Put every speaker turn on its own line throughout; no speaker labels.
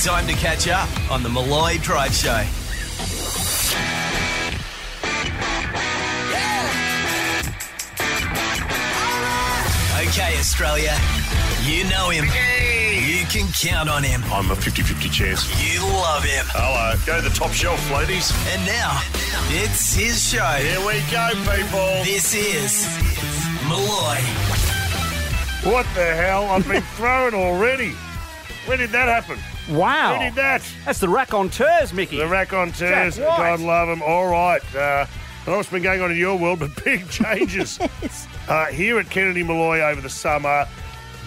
Time to catch up on the Malloy Drive Show. Okay, Australia, you know him. You can count on him.
I'm a 50 50 chance.
You love him.
Hello. Go to the top shelf, ladies.
And now, it's his show.
Here we go, people.
This is Malloy.
What the hell? I've been thrown already. When did that happen? Who
Wow.
did that?
That's the raconteurs, Mickey.
The raconteurs.
Jack White.
God love them. All right. Uh, I know what's been going on in your world, but big changes. uh, here at Kennedy Malloy over the summer,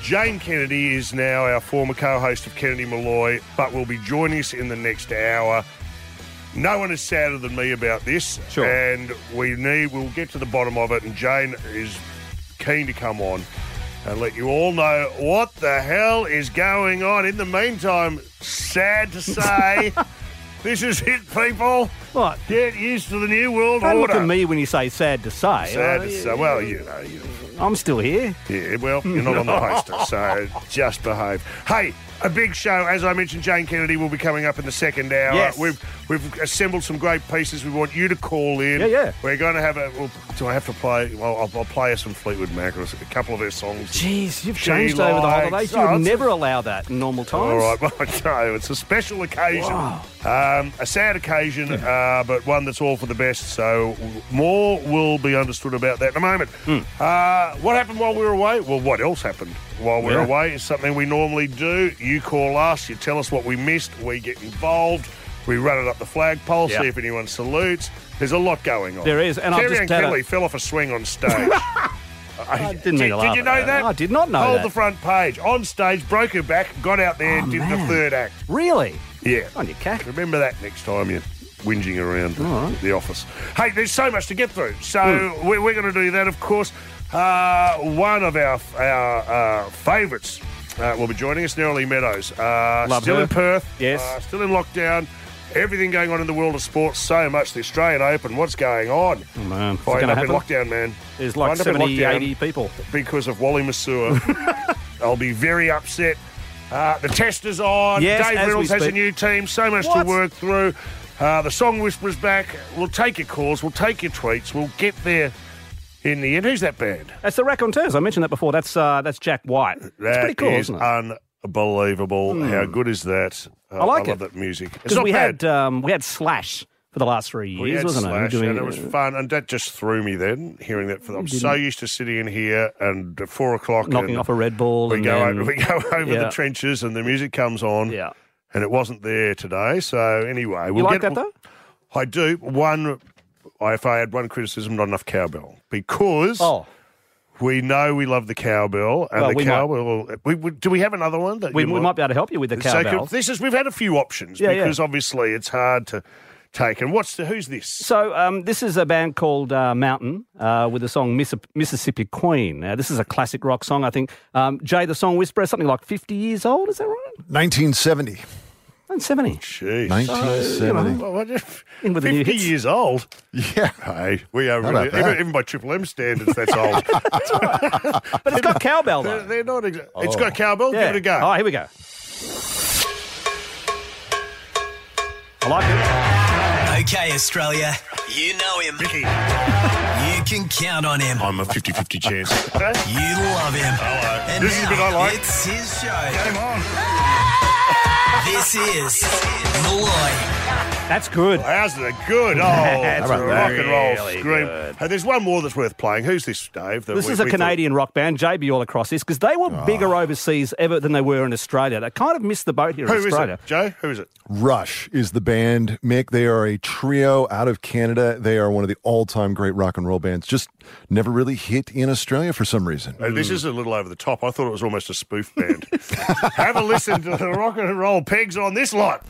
Jane Kennedy is now our former co host of Kennedy Malloy, but will be joining us in the next hour. No one is sadder than me about this,
Sure.
and we need. We'll get to the bottom of it. And Jane is keen to come on and let you all know what the hell is going on. In the meantime, sad to say, this is it, people.
What?
Get used to the new world
Don't look
order.
at me eh? when you say sad to say.
Sad to say. Well, you know, you,
I'm still here.
yeah. Well, you're not on the poster, so just behave. Hey. A big show, as I mentioned. Jane Kennedy will be coming up in the second hour.
Yes.
We've we've assembled some great pieces. We want you to call in.
Yeah, yeah.
We're going to have a. Well, do I have to play? Well, I'll, I'll play her some Fleetwood Mac or a couple of her songs.
Jeez, you've
She
changed over the
likes-
holidays. You
Oh,
would
it's-
never allow that in normal times.
All right, well, I know it's a special occasion,
Wow.
um, a sad occasion, uh, but one that's all for the best. So more will be understood about that in a moment.
Hmm.
Uh, what happened while we were away? Well, what else happened while we were
Yeah.
away is something we normally do. You call us, you tell us what we missed, we get involved, we run it up the flagpole,
Yeah.
see if anyone salutes. There's a lot going on.
There is, and I've
Kerry
just
and
had a-
Kelly fell off a swing on stage. Uh,
I didn't
Did,
mean to
did
laugh
you
at
know that?
I did not know
Hold
that.
the front page. On stage, broke her back, got out there,
Oh,
did the
man.
third act.
really?
Yeah.
On your cack.
Remember that next time you're whinging around the, the office. Hey, there's so much to get through. So
Hmm.
we're, we're going to do that, of course. Uh, one of our, our uh, favourites uh, will be joining us, Neroli Meadows. Uh,
Love
still
her.
in Perth.
Yes.
Uh, still in lockdown. Everything going on in the world of sports, so much. The Australian Open, what's going on? Oh,
man. Is it
Wind
gonna
up in
happen?
lockdown, man.
There's like
Wind up in
70,
lockdown
80 people.
because of Wally Masur. I'll be very upset. Uh, the test is on.
Yes,
Dave
as we
Reynolds has a
speak.
new team. So much
What?
to work through. Uh, the song whisperers back. We'll take your calls. We'll take your tweets. We'll get there in the end. Who's that band?
That's the raconteurs. I mentioned that before. That's uh, that's Jack White. It's
That
pretty cool,
is uh,
isn't it? Hmm.
unbelievable. How good is that? Uh,
I like
I love
it.
that music. It's
Because
not
we
bad.
had um, we had Slash for the last three years,
We had
wasn't
Slash,
it? uh, We're
and it was fun, and that just threw me. Then hearing that, for, I'm so used to sitting in here and at four o'clock,
knocking
and
off a Red Bull.
We
and
go
then,
over, we go over the
Yeah.
trenches, and the music comes on.
Yeah.
and it wasn't there today. So anyway, we'll
You like
get,
that though?
I do. One, if I had one criticism, not enough cowbell because
Oh,
we know we love the cowbell and
Well,
the
we might-
cowbell. We, we, do we have another one that
we,
you
we might be able to help you with the
So
cowbell.
could- this is we've had a few options
Yeah, yeah.
because obviously it's hard to take. And what's the who's this?
So um, this is a band called uh, Mountain uh, with the song Miss- Mississippi Queen. Now, this is a classic rock song, I think. Um, Jay, the song Whisperer, something like 50 years old, is that right?
1970.
And 70.
Jeez.
1970.
Well, what if-
In with the new
50
hits.
years old.
Yeah.
Hey, we are
Not
really,
bad.
even, even by Triple M standards, that's old.
But it's got cowbell,
they're,
though.
they're not exa- It's got cowbell. Give it a go.
Oh, here we go. I like
Okay, Australia, you know him.
Mickey,
You can count on him.
I'm a 50 50 chance.
You love him. And
This is
now,
what I like.
It's his show.
Game on.
This is Malloy.
it. That's good.
How's the good? Oh, that's
That's
a rock and roll
really
scream.
good.
Hey, there's one more that's worth playing. Who's this, Dave? that
This
we-
is a
we thought- Ah.
Canadian rock band, JB All Across This, because they were bigger overseas ever than they were in Australia. They kind of missed the boat here
Who
in
is
Australia.
it? Joe? Who is it?
Rush is the band, Mick. They are a trio out of Canada. They are one of the all time great rock and roll bands. Just never really hit in Australia for some reason.
Uh, This is a little over the top. I thought it was almost a spoof band. Have a listen to the rock and roll pegs on this lot.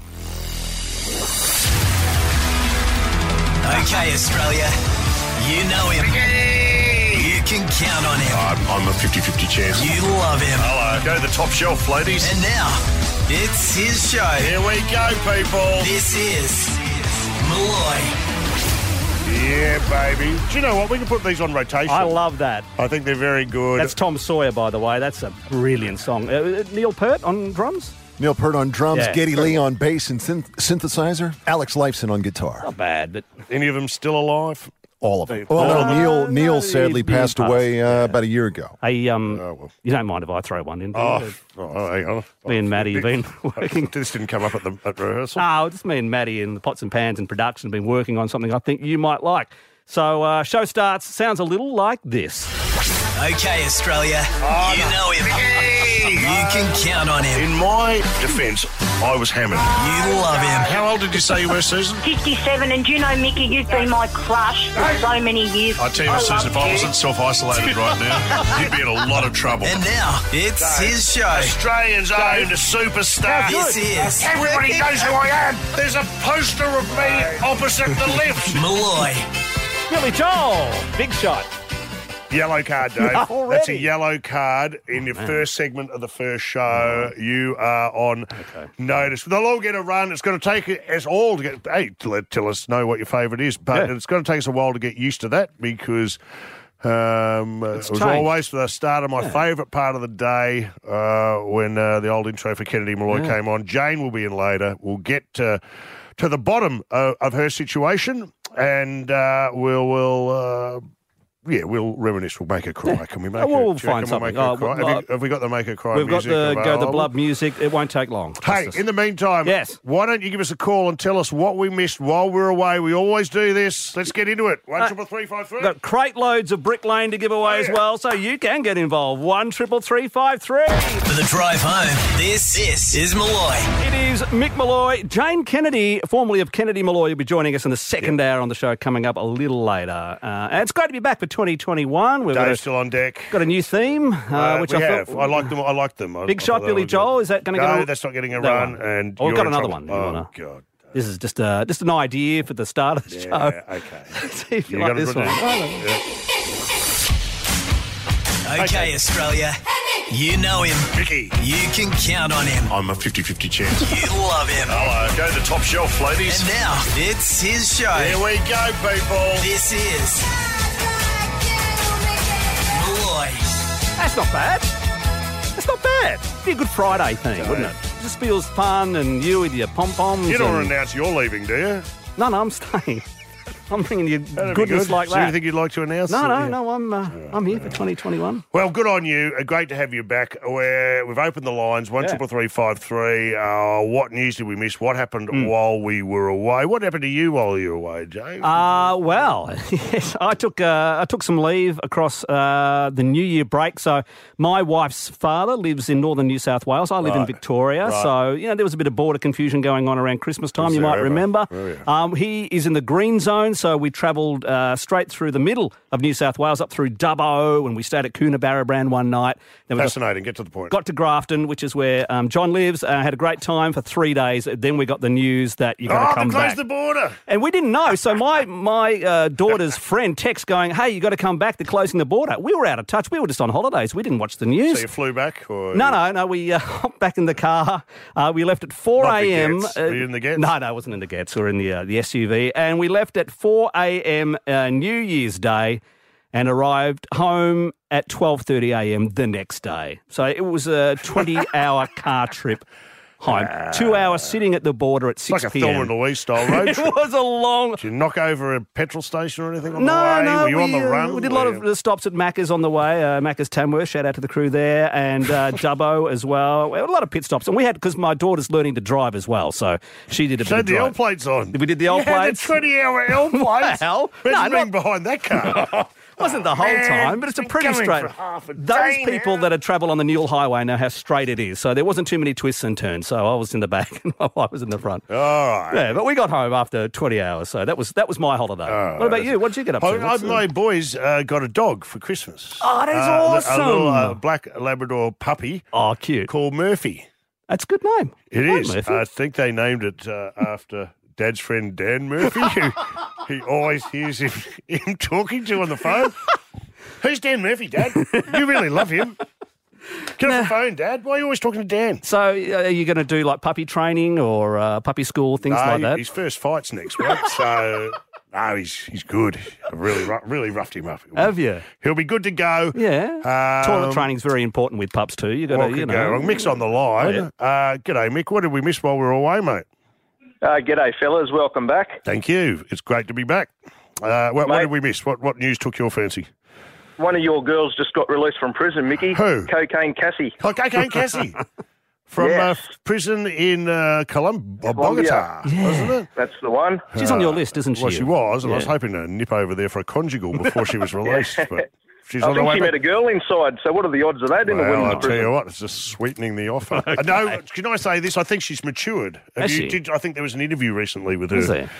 Okay, Australia, you know him. You can count on him.
I'm, a 50 50 chance.
You love him.
Hello. Go to the top shelf, ladies.
And now, it's his show.
Here we go, people.
This is Malloy.
Yeah, baby. Do you know what? We can put these on rotation.
I love that.
I think they're very good.
That's Tom Sawyer, by the way. That's a brilliant song. Uh, Neil uh, Peart on drums?
Neil Peart on drums,
Yeah.
Geddy Lee on bass and synth- synthesizer, Alex Lifeson on guitar.
Not bad, but
Any of them still alive?
All of them.
All
Well, no,
of them.
Neil, Neil
Oh, no,
sadly
he's been
passed
passed,
away uh, about a year ago.
hey, um,
Oh, well.
you don't mind if I throw one in? do you?
Oh, oh hang on.
Me and Maddie have been working.
This didn't come up at the at rehearsal.
No, just me and Maddie in the pots and pans and production have been working on something I think you might like. So, uh, show starts. Sounds a little like this.
Okay, Australia. you know him. You can count on him.
In my defence, I was hammered.
You love him.
How old did you say you were, Susan?
57, and do you know, Mickey, you've been my crush for so many years.
I tell you, what, Susan, if I wasn't self isolated right now, you'd be in a lot of trouble.
And now it's his show.
Australians own a superstar.
This is
Everybody knows who I am. There's a poster of me opposite the lift.
Malloy.
Billy Joel, big shot.
Yellow card, Dave.
Already?
That's a yellow card in your first segment of the first show. You are on notice. They'll all get a run. It's going to take us all to get. Hey, to let, tell us know what your favourite is, but
Yeah.
it's going to take us a while to get used to that because. Um, it was
changed.
always the start of my favourite part of the day uh, when uh, the old intro for Kennedy Malloy came on. Jane will be in later. We'll get to, to the bottom of, of her situation and uh, we'll, we'll uh, yeah, we'll reminisce. We'll make her cry. Can we make?
Oh,
her,
we'll
do you reckon
find
we'll
something.
Make her
Oh,
cry?
well,
have,
uh,
you, have we got the make her cry?
We've got
music
the go the
available?
blub music. It won't take long.
Hey,
Justice.
in the meantime,
Yes.
Why don't you give us a call and tell us what we missed while we're away? We always do this. Let's get into it. One triple three five three.
We've Uh, got crate loads of Brick Lane to give away
Oh,
as well, so you can get involved. One triple three five three.
For the drive home, this, this is Malloy.
It is Mick Malloy, Jane Kennedy, formerly of Kennedy Malloy, will be joining us in the second hour on the show coming up a little later. Uh, and it's great to be back for 2021. We've got
Dave's
a,
still on deck.
got a new theme, uh,
Uh,
which
we
I
have.
thought
I like them. I like them. I-
Big
I
Shot,
thought they
Billy
were good.
Joel, is that gonna get
No,
a-
that's not getting a
that
run.
one.
And
Oh, we've
you're
got
in
another
trouble.
one. You
Oh
wanna-
God.
This is just a just an idea for the start of the
Yeah. Okay.
show. See if you
You
like
gotta
this
put
one.
that- Yeah.
Okay, Australia. You know him.
Mickey,
You can count on him.
I'm a 50 50 chance.
You love him.
Hello, go to the top shelf, ladies.
And now it's his show.
Here we go, people.
This is Malloy.
That's not bad. That's not bad. It'd be a good Friday thing, wouldn't it? It just feels fun, and you with your pom poms.
You don't want to announce you're leaving, do you?
No, no, I'm staying. I'm bringing you
That'd be
goodness
good.
like
Is there
that.
anything you'd like to announce?
no, no,
Yeah.
no. I'm uh, I'm here for 2021.
Well, good on you. Uh, Great to have you back. We're, we've opened the lines one
Yeah.
triple three five three. Uh, what news did we miss? What happened
Hmm.
while we were away? What happened to you while you were away, James?
Uh, well, yes, I took uh, I took some leave across uh, the New Year break. So my wife's father lives in northern New South Wales. I live in Victoria. So you know there was a bit of border confusion going on around Christmas time. You
there
might
ever? Oh,
remember. um, he is in the green zone, so we travelled uh, straight through the middle of New South Wales up through Dubbo, and we stayed at Coonabarabran one night. Then we got
Fascinating. Get to the point.
got to Grafton, which is where um, John lives. Uh, had a great time for three days. Then we got the news that you're going to
oh, they
come
closed
back,
the border.
and we didn't know. So my my uh, daughter's friend texts going, "Hey, you got to come back. They're closing the border." We were out of touch. We were just on holidays. We didn't watch the news.
So you flew back? Or
no, no, no. We uh, hopped back in the car. Uh, we left at 4
Not the
a.m.
Getz. Were you in the Getz?
uh, No, no, I wasn't in the Gets. We were in the, uh, the SUV. And we left at 4 a.m. Uh, New Year's Day and arrived home at 12.30 a.m. the next day. So it was a 20-hour car trip home. Two hours sitting at the border at 6
Like a
p.m.
Thelma and Louise style road
it
trip.
was a long...
Did you knock over a petrol station or anything on the
No,
way?
no,
Were you
we,
on the
uh,
run?
we did a lot
Were
of
you-
uh, stops at Macca's on the way. Uh, Macca's Tamworth, shout out to the crew there, and uh, Dubbo as well. We had a lot of pit stops, and we had because my daughter's learning to drive as well, so she did a
So
bit of
the L
driving.
plates on.
We did the L
You had
plates.
the 20 hour L plates.
Well,
Where's
no,
the ring
not-
behind that car?
wasn't the whole
Man,
time, but it's a
been
pretty
going
straight.
for half a
Those
day
people
now.
that had travelled on the Newell Highway know how straight it is, so there wasn't too many twists and turns. So I was in the back, and my wife was in the front.
All right.
Yeah, but we got home after 20 hours, so that was that was my holiday. what about you? What did you get up to?
Oh,
What's
I,
the-
my boys uh, got a dog for Christmas.
Oh, that is
Uh, A little uh,
awesome.
black Labrador puppy
oh, cute.
called Murphy.
That's a good name.
It
Hi,
is.
Murphy.
I think they named it uh, after Dad's friend Dan Murphy, who he always hears him, him talking to on the phone. Who's Dan Murphy, Dad? You really love him. Get off the phone, Dad. Why are you always talking to Dan?
So, uh, are you going to do like puppy training or uh, puppy school things
No,
like that?
his first fight's next week, so No, he's he's good. I've really ru- really roughed him up.
Have you?
He'll be good to go.
Yeah. Toilet
Um,
training's very important with pups too. You got
What
to,
could
you
go
know.
wrong? Mick's on the line.
Oh,
uh, g'day, Mick. What did we miss while we were away, mate?
Uh, g'day, fellas. Welcome back.
Thank you. It's great to be back. Uh, what, what
Mate.
did we miss? What what news took your fancy?
One of your girls just got released from prison, Mickey.
Who?
Cocaine Cassie.
Oh, Cocaine Cassie from
Yes.
uh, prison in uh, Colum- uh,
Colombia.
Bogota, wasn't it? Uh,
That's the one.
She's on your list, isn't she?
Well, she was, and I was
Yeah.
hoping to nip over there for a conjugal before she was released, but she's
I
on the
think
way
she
back.
met a girl inside, so what are the odds of that in a
Well,
women's
I'll tell
prison?
you what, it's just sweetening the offer. Uh, No, can I say this? I think she's matured. Have
Has
you,
she?
Did, I think there was an interview recently with her.
Is there?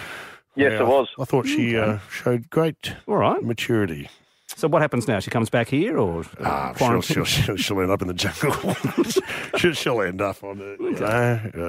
Yes,
Yeah,
it was.
I thought she uh, showed great
All right.
maturity.
So what happens now? She comes back here or uh,
Ah, she'll, she'll, she'll, she'll end up in the jungle. she'll, she'll end up on a, you know,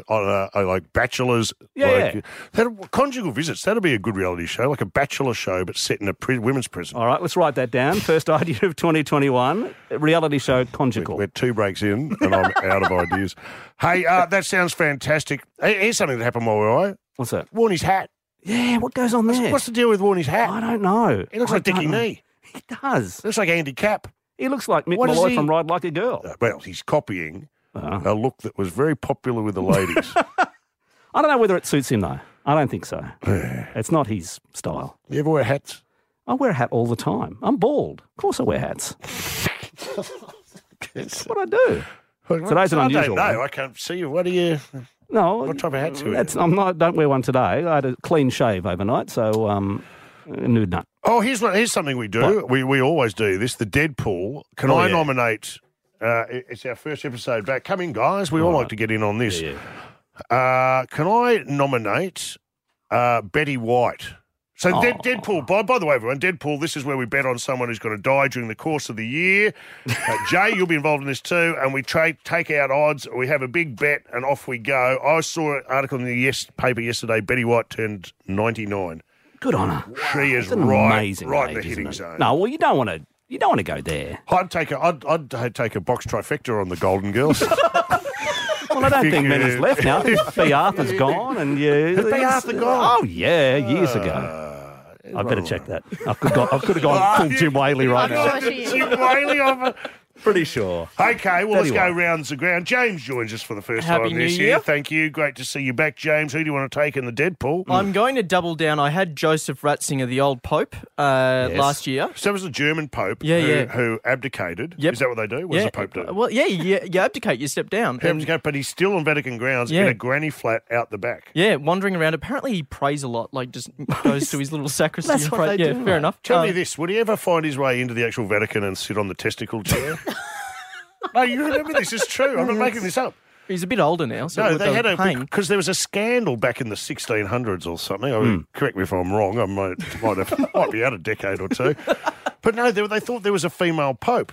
uh, on a, a, like bachelors.
Yeah,
like,
yeah.
That, conjugal visits. That'll be a good reality show, like a bachelor show, but set in a pri- women's prison.
All right, let's write that down. First idea of 2021, reality show conjugal.
We're two breaks in, and I'm out of ideas. Hey, uh, that sounds fantastic. Hey, Here's something that happened while we were away.
What's that?
Worn his hat.
Yeah, what goes on there?
What's the deal with Warnie's hat?
I don't know.
He looks
I
like
don't
Dickie
know.
Knee.
He does.
Looks like Andy Cap.
He looks like Mick
What is
Malloy
he-
from Ride Like a Girl.
Uh, Well, he's copying
Uh,
a look that was very popular with the ladies.
I don't know whether it suits him though. I don't think so. it's not his style.
you ever wear hats?
I wear a hat all the time. I'm bald. Of course, I wear hats. That's what I do. Today's an unusual
I don't know.
one.
I can't see you. What are you?
No,
What type of hat do you
that's- I'm not. Don't wear one today. I had a clean shave overnight, so um, a nude nut.
Oh, here's what. Here's something we do. We we always do this. The Deadpool. Can
Oh,
I
yeah.
nominate? Uh, it- it's our first episode back. Come in, guys. We all, like to get in on this.
Yeah,
Uh, can I nominate uh, Betty White?
Oh.
So Dead, Deadpool. By, by the way, everyone, Deadpool. This is where we bet on someone who's going to die during the course of the year. Uh, Jay, you'll be involved in this too, and we tra- take out odds. We have a big bet, and off we go. I saw an article in the yes paper yesterday. Betty White turned ninety nine.
Good on her.
She is
It's an
right,
amazing
right in
age,
the
isn't
hitting
it?
zone.
No, well, you don't want to. You don't want to go there.
I'd take a, I'd, I'd take a box trifecta on the Golden Girls.
Well, I don't think Mena's
you-
left now. I think B. Arthur's gone, and you.
Has B. Arthur gone? Uh,
Oh yeah, years ago. I better check that. I could go, I could have gone full Jim Whaley
I'm
right now.
sure she is.
Jim Whaley offer.
Pretty sure.
Okay, well, let's
Anyway.
go rounds the ground. James joins us for the first
Happy
time this
New
year.
Year.
Thank you. Great to see you back, James. Who do you want to take in the Deadpool? Mm.
I'm going to double down. I had Joseph Ratzinger, the old Pope, uh,
Yes.
last year.
so it was the German Pope
Yeah,
who,
yeah.
who abdicated.
Yep.
Is that what they do? What does the Pope do?
Well, yeah, you, you abdicate, you step down.
He
And-
abdicated, but he's still on Vatican grounds in
Yeah.
a granny flat out the back.
yeah, wandering around. Apparently, he prays a lot. Like, just goes to his little sacristy.
That's
and
what
prays.
they
yeah,
do,
fair
mate.
enough.
Tell
Uh,
me this: Would he ever find his way into the actual Vatican and sit on the testicle chair? no, you remember this is true. I'm not making this up.
He's a bit older now. So
No,
with
they
the
had a
hang.
because there was a scandal back in the 1600s or something. I mean, Correct me if I'm wrong. I might might, have, might be out a decade or two, but no, they, they thought there was a female pope.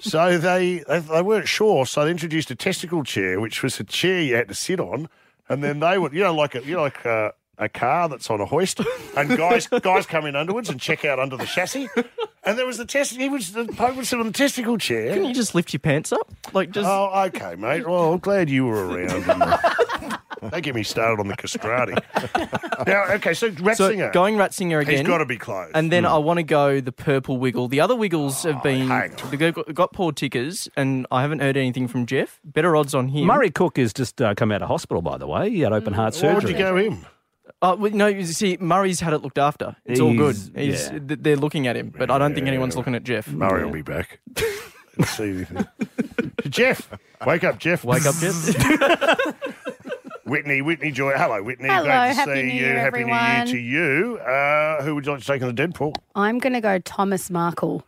So they, they they weren't sure. So they introduced a testicle chair, which was a chair you had to sit on, and then they would you know like a, you know like a, a car that's on a hoist, and guys guys come in underwards and check out under the chassis, and there was the test. He was the pope would sit on the testicle chair.
Can you just lift your pants up? Like, just.
Oh, okay, mate. Well, I'm glad you were around. Don't get me started on the castrati. now, okay, so
so
Ratzinger,
going Ratzinger again.
he's got to be close. Oh,
And
Hmm.
then I want to go the purple wiggle. The other wiggles have been
hang on.
they got, got poor tickers, and I haven't heard anything from Jeff. Better odds on him.
Murray Cook has just uh, come out of hospital, by the way. He had open heart
why
surgery.
would you go him?
Uh, well, no, you see, Murray's had it looked after. It's all good.
He's-
He's,
yeah.
th- they're looking at him, but I don't think anyone's looking at Jeff.
Murray will be back. Let's see anything. Jeff, wake up, Jeff.
Wake up, Jeff.
Whitney, Whitney Joy. Hello, Whitney.
Hello,
Great to
Happy
see
New
you.
Year,
Happy
everyone.
New Year to you. Uh, who would you like to take in the Deadpool?
I'm going to go Thomas Markle.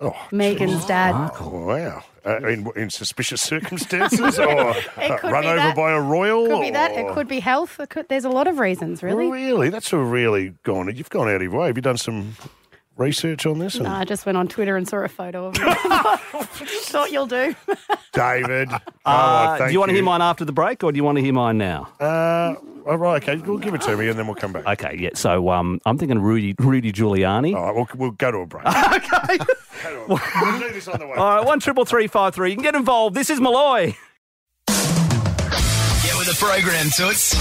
Oh,
Megan's dad.
oh, wow. Uh, in, in suspicious circumstances or uh,
could
run
be
over
that.
by a royal?
Could be that.
or-
It could be health. It could, there's a lot of reasons, really.
That's a really gone. You've gone out of your way. Have you done some research on this?
No, I just went on Twitter and saw a photo of him. Thought you'll do.
David. oh,
Uh,
I
do
thank
you want to hear mine after the break, or do you want to hear mine now?
Uh, all right, okay. Well, give it to me and then we'll come back.
Okay, yeah. So um, I'm thinking Rudy, Rudy Giuliani.
All right, we'll, we'll go to a break. okay. We'll do this on the way.
All right, one triple three five three. You can get involved. This is Malloy.
Get with the program, Toots.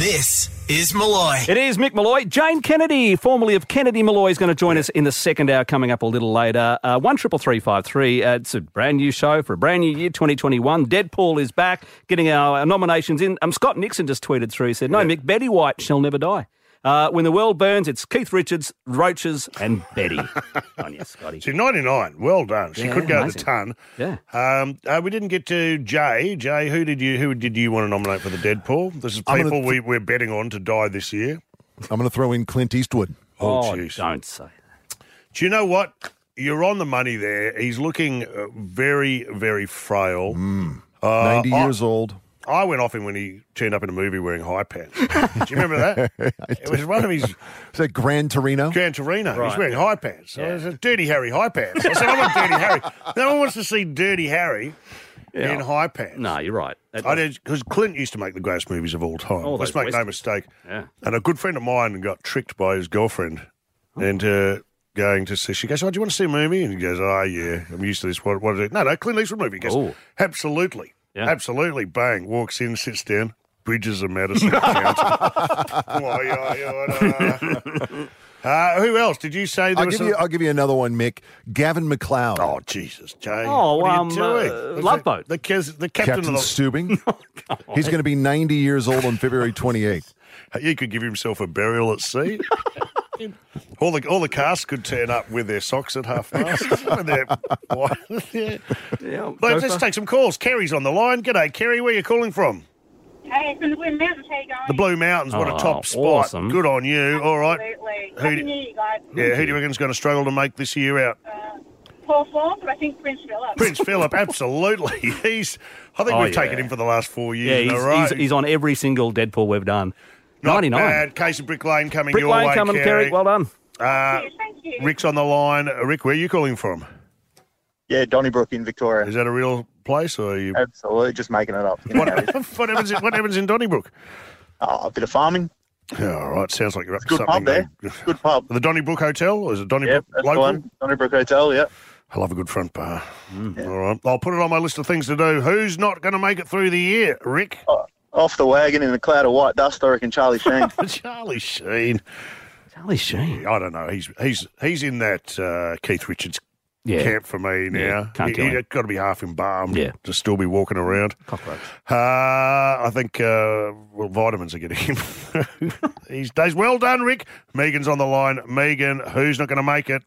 This is Malloy.
It is Mick Malloy. Jane Kennedy, formerly of Kennedy Malloy, is going to join us in the second hour coming up a little later. Uh, One triple three five three. Uh, It's a brand new show for a brand new year, 2021. Deadpool is back, getting our uh, nominations in. Um, Scott Nixon just tweeted through. He said, "No, Mick, Betty White shall never die." Uh, when the world burns, it's Keith Richards, Roaches, and Betty. on you, Scotty.
She's 99. Well done. She
Yeah,
could go the
amazing.
ton.
Yeah.
Um, uh, we didn't get to Jay. Jay, who did you who did you want to nominate for the Deadpool? This is
I'm gonna
people we, we're betting on to die this year.
I'm going to throw in Clint Eastwood.
Oh,
Oh,
jeez.
don't say. that.
Do you know what? You're on the money there. He's looking uh, very, very frail.
90
Uh, I-
Hmm. years old.
I went off him when he turned up in a movie wearing high pants. do you remember that? it was one of his
Is that Gran Torino?
Gran Torino. He's wearing high pants. I said, Dirty Harry, high pants. I said, I want Dirty Harry. No one wants to see Dirty Harry in high pants.
No, you're right. That
I did because Clint used to make the greatest movies of all time.
All
Let's
those
make no mistake.
westerns. Yeah.
And a good friend of mine got tricked by his girlfriend
Oh.
into going to see. She goes, "Oh, do you want to see a movie?" And he goes, "Oh, yeah, I'm used to this. What, what is it?" No, no, Clint Eastwood movie. He goes,
Oh.
"Absolutely,
Yeah.
absolutely." Bang, walks in, sits down. Bridges of Madison County. Why, I, I, I, uh, who else did you say? There
I'll
was
give,
some-
you, I'll give you another one, Mick. Gavin McLeod.
Oh Jesus, Jane!
Oh,
what are you
um,
doing?
uh,
The-
Love Boat.
The, the, the captain,
Captain
of the
Stubing. He's going to be 90 years old on February 28th.
He could give himself a burial at sea. all the all the cast could turn up with their socks at half past. With their- yeah.
Yeah,
Let's,
go
let's
for-
take some calls. Kerry's on the line. G'day, Kerry. Where you calling from?
Hey, from the Blue Mountains, how you going?
The Blue Mountains. What a
Oh,
top spot.
awesome.
Good on you. All right.
Absolutely.
Who
Happy
do-
New Year, guys.
Yeah, who do you reckon's going to struggle to make this year out?
Paul Ford, but I think Prince Philip.
Prince Philip, absolutely. He's. I think
Oh,
we've taken
yeah.
him for the last four years. in
yeah,
a
he's,
row.
he's, he's on every single Deadpool we've done.
Not
99.
bad. Case of Brick Lane coming
Brick
your
Lane
way,
coming,
Kerry.
Kerry. Well done.
uh,
Yeah, Thank you.
Rick's on the line. Uh, Rick, where are you calling from?
Yeah, Donnybrook in Victoria.
Is that a real place, or are you
Absolutely, just making it up. You know
What,
how it is.
what happens? In, what happens in Donnybrook?
Oh, a bit of farming.
Yeah, all right, sounds like you're up to
Good
something.
pub there.
though.
Good pub.
The Donnybrook Hotel or is it
Yeah,
Donnybrook
that's the
local?
one. Donnybrook Hotel. Yeah.
I love a good front bar. Hmm. All right, I'll put it on my list of things to do. Who's not going to make it through the year, Rick?
Oh, Off the wagon in a cloud of white dust, I reckon Charlie Sheen.
Charlie Sheen.
Charlie Sheen.
I don't know. He's he's he's in that uh, Keith Richards
Yeah.
camp for me now.
can't
he,
kill him.
has got to be half embalmed
Yeah.
to still be walking around.
Cockroach.
Uh, I think uh, well, vitamins are getting him these days. Well done, Rick. Megan's on the line. Megan, who's not going to make it?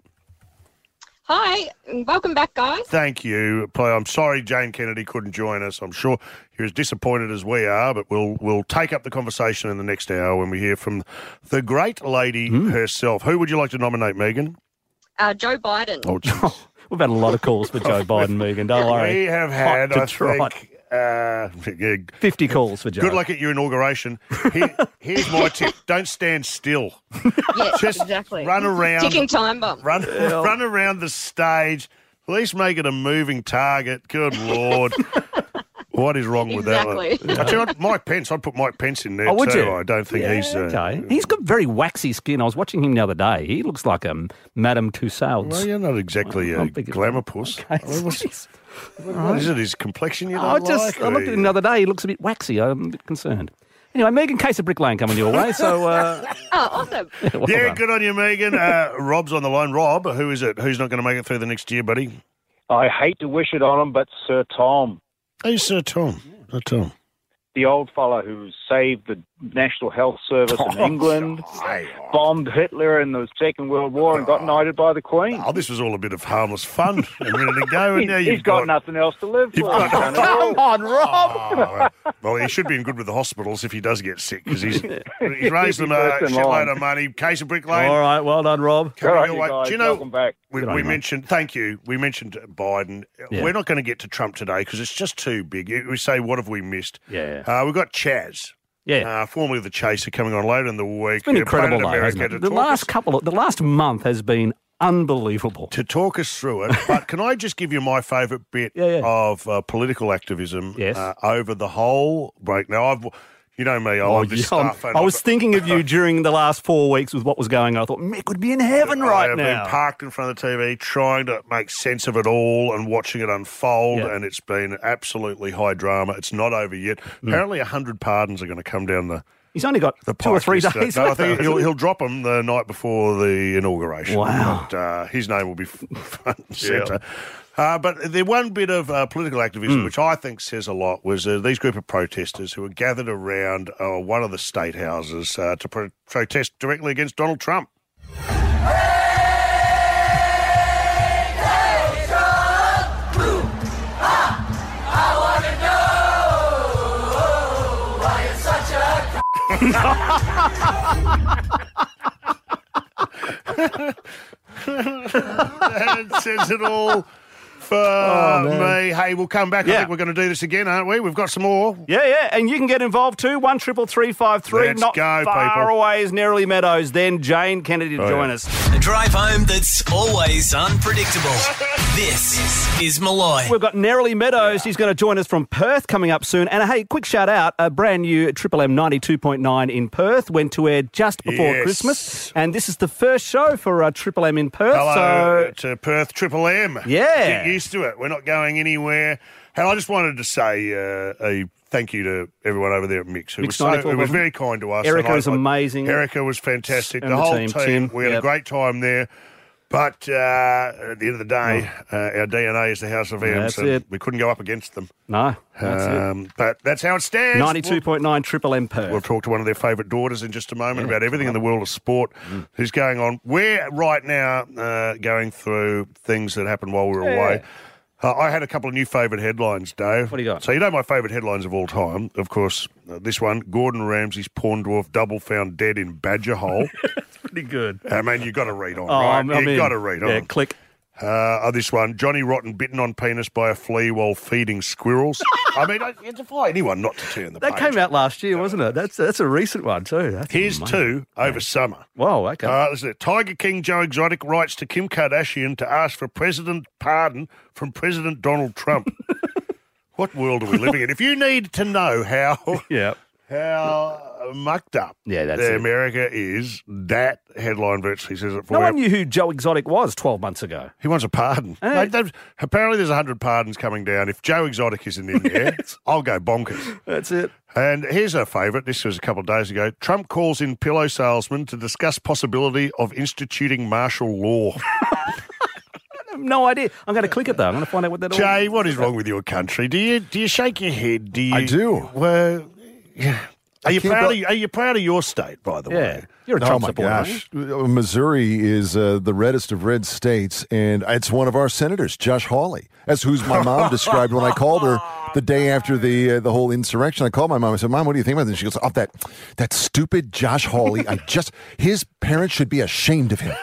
Hi, welcome back, guys.
Thank you. Play. I'm sorry Jane Kennedy couldn't join us. I'm sure you're as disappointed as we are, but we'll we'll take up the conversation in the next hour when we hear from the great lady
Hmm.
herself. Who would you like to nominate, Megan?
Uh, Joe Biden.
Oh, geez.
We've had a lot of calls for Joe Biden, Megan. Don't worry.
we have had
Hot
I
to trot.
think uh, yeah,
50 calls for Joe.
Good luck at your inauguration. Here, here's my tip: don't stand still.
yeah,
Just
exactly.
run around.
Ticking time bomb.
Run, run around the stage. At least make it a moving target. Good lord. What is wrong with
Exactly.
that one? I tell you what, Mike Pence, I'd put Mike Pence in there
Oh, would
too.
you?
I don't think he's uh,
Okay. He's got very waxy skin. I was watching him the other day. He looks like a Madame Tussauds.
Well, you're not exactly a
I'm thinking-
glamour puss.
Okay,
I mean, what's-
jeez.
what is it? His complexion you don't
I just
like?
I
or
looked at him the other day. He looks a bit waxy. I'm a bit concerned. Anyway, Megan, case of Brick Lane coming your way. So, uh,
Oh, awesome.
well
Yeah,
done.
good on you, Megan. Uh, Rob's on the line. Rob, who is it? Who's not going to make it through the next year, buddy?
I hate to wish it on him, but Sir Tom,
Hey, Sir Tom. Sir Tom.
the old fellow who saved the National Health Service
Oh,
in England, bombed Hitler in the Second World War, and got knighted by the Queen.
Oh, this was all a bit of harmless fun a minute ago, and
He's,
now
he's
you've
got, nothing else to live for.
Come on, Rob.
Oh, well, well, he should be in good with the hospitals if he does get sick because he's, he's raised them uh, a
First in line.
shitload of money. Case of Brick Lane.
All right. Well done, Rob.
All right,
Coming
you
your way.
guys,
Do you know-
welcome back.
We,
Good on
we
you, mate.
mentioned, thank you. We mentioned Biden.
Yeah.
We're not going to get to Trump today because it's just too big. It- We say, what have we missed?
Yeah.
Uh, we've got Chaz,
Yeah.
uh, formerly the Chaser, coming on later in the week.
It's been
Uh, Planet
incredible, though,
America
hasn't
to
it? The
talk
last couple, of, the last month has been unbelievable.
to talk us through it. But can I just give you my favourite bit
Yeah, yeah.
of uh, political activism
Yes.
uh, over the whole break? Now, I've, you know me, I love this
Oh, yeah, I'm-
stuff. and
I was
I've-
thinking of you during the last four weeks with what was going on. I thought Mick would be in heaven
I
right
have
now.
been parked in front of the TV, trying to make sense of it all and watching it unfold,
Yeah.
and it's been absolutely high drama. It's not over yet. Apparently, a hundred pardons are going to come down the
Hmm. He's only got two or three
Yes, uh,
days.
No, I
left,
think
hasn't
he'll,
he?
he'll drop him the night before the inauguration.
Wow.
But, uh, his name will be front and centre. Uh, but the one bit of uh, political
Hmm.
activism, which I think says a lot, was uh, these group of protesters who were gathered around uh, one of the state houses uh, to pro- protest directly against Donald Trump. that says it all for me. Hey, we'll come back. I
Oh, Yeah.
think we're going to do this again, aren't we? We've got some more.
Yeah, yeah, and you can get involved too. One triple three five three.
Let's
Not
go,
far
people.
away is Nerily Meadows. Then Jane Kennedy to
Oh,
join
yeah.
us.
A drive home that's always unpredictable. This is Malloy.
We've got Nerily Meadows. He's going to join us from Perth coming up soon. And hey, quick shout out a brand new Triple M 92.9 in Perth went to air just before
Yes.
Christmas. And this is the first show for uh, Triple M in Perth.
Hello
So
to Perth Triple M.
Yeah.
Get used to it. We're not going anywhere. And I just wanted to say uh, a thank you to everyone over there at Mix, who
Mix
was, so,
94,
who was
wasn't it?
very kind to us.
Erica
And I-
was
I-
amazing.
Erica was fantastic.
And
the
the
whole team.
team, Tim.
We had a
Yep.
great time there. But uh, at the end of the day, uh, our DNA is the House of M,
That's
so
it.
we couldn't go up against them.
no, that's it.
Um, But that's how it stands.
92.9 Triple M Perth.
We'll talk to one of their favourite daughters in just a moment about everything in the world of sport
Mm.
who's going on. We're right now uh, going through things that happened while we were away. Uh, I had a couple of new favourite headlines, Dave.
What do you got?
So you know my favourite headlines of all time, of course. Uh, this one: Gordon Ramsay's pawn dwarf double found dead in Badger Hole.
pretty good.
I mean, Ah, you got to read on,
Oh,
right?
I'm, I'm
you
in.
got to read on.
Yeah, click.
Uh, oh, this one, Johnny Rotten bitten on penis by a flea while feeding squirrels. I mean, I can defy anyone not to turn the
That
page.
came out last year, wasn't it? That's that's a recent one too. That's
Here's
amazing.
two over summer.
Whoa, okay.
Uh, listen, Tiger King Joe Exotic writes to Kim Kardashian to ask for president pardon from President Donald Trump. what world are we living in? If you need to know how
yeah.
how uh, mucked up
Yeah, that's it.
America is, that headline virtually says it for
No
you.
one knew who Joe Exotic was 12 months ago.
He wants a pardon.
Eh.
Mate, they've- apparently, there's 100 pardons coming down. If Joe Exotic isn't in there, I'll go bonkers.
That's it.
And here's our favourite. This was a couple of days ago. Trump calls in pillow salesman to discuss possibility of instituting martial law.
I have no idea. I'm going to click it though. I'm going to find out what that all-
Jay, what is wrong with your country? Do you do you shake your head? Do you?
I do.
Well, yeah. Are you
can't
proud?
go-
Of, are you proud of your state? By the
Yeah.
way,
You're a
oh
Trump
my
supporter. aren't you?
gosh, Uh, Missouri is uh, the reddest of red states, and it's one of our senators, Josh Hawley, as who's my mom described when I called her the day after the uh, the whole insurrection. I called my mom. I said, "Mom, what do you think about this?" She goes, "Oh, that that stupid Josh Hawley. I just his parents should be ashamed of him."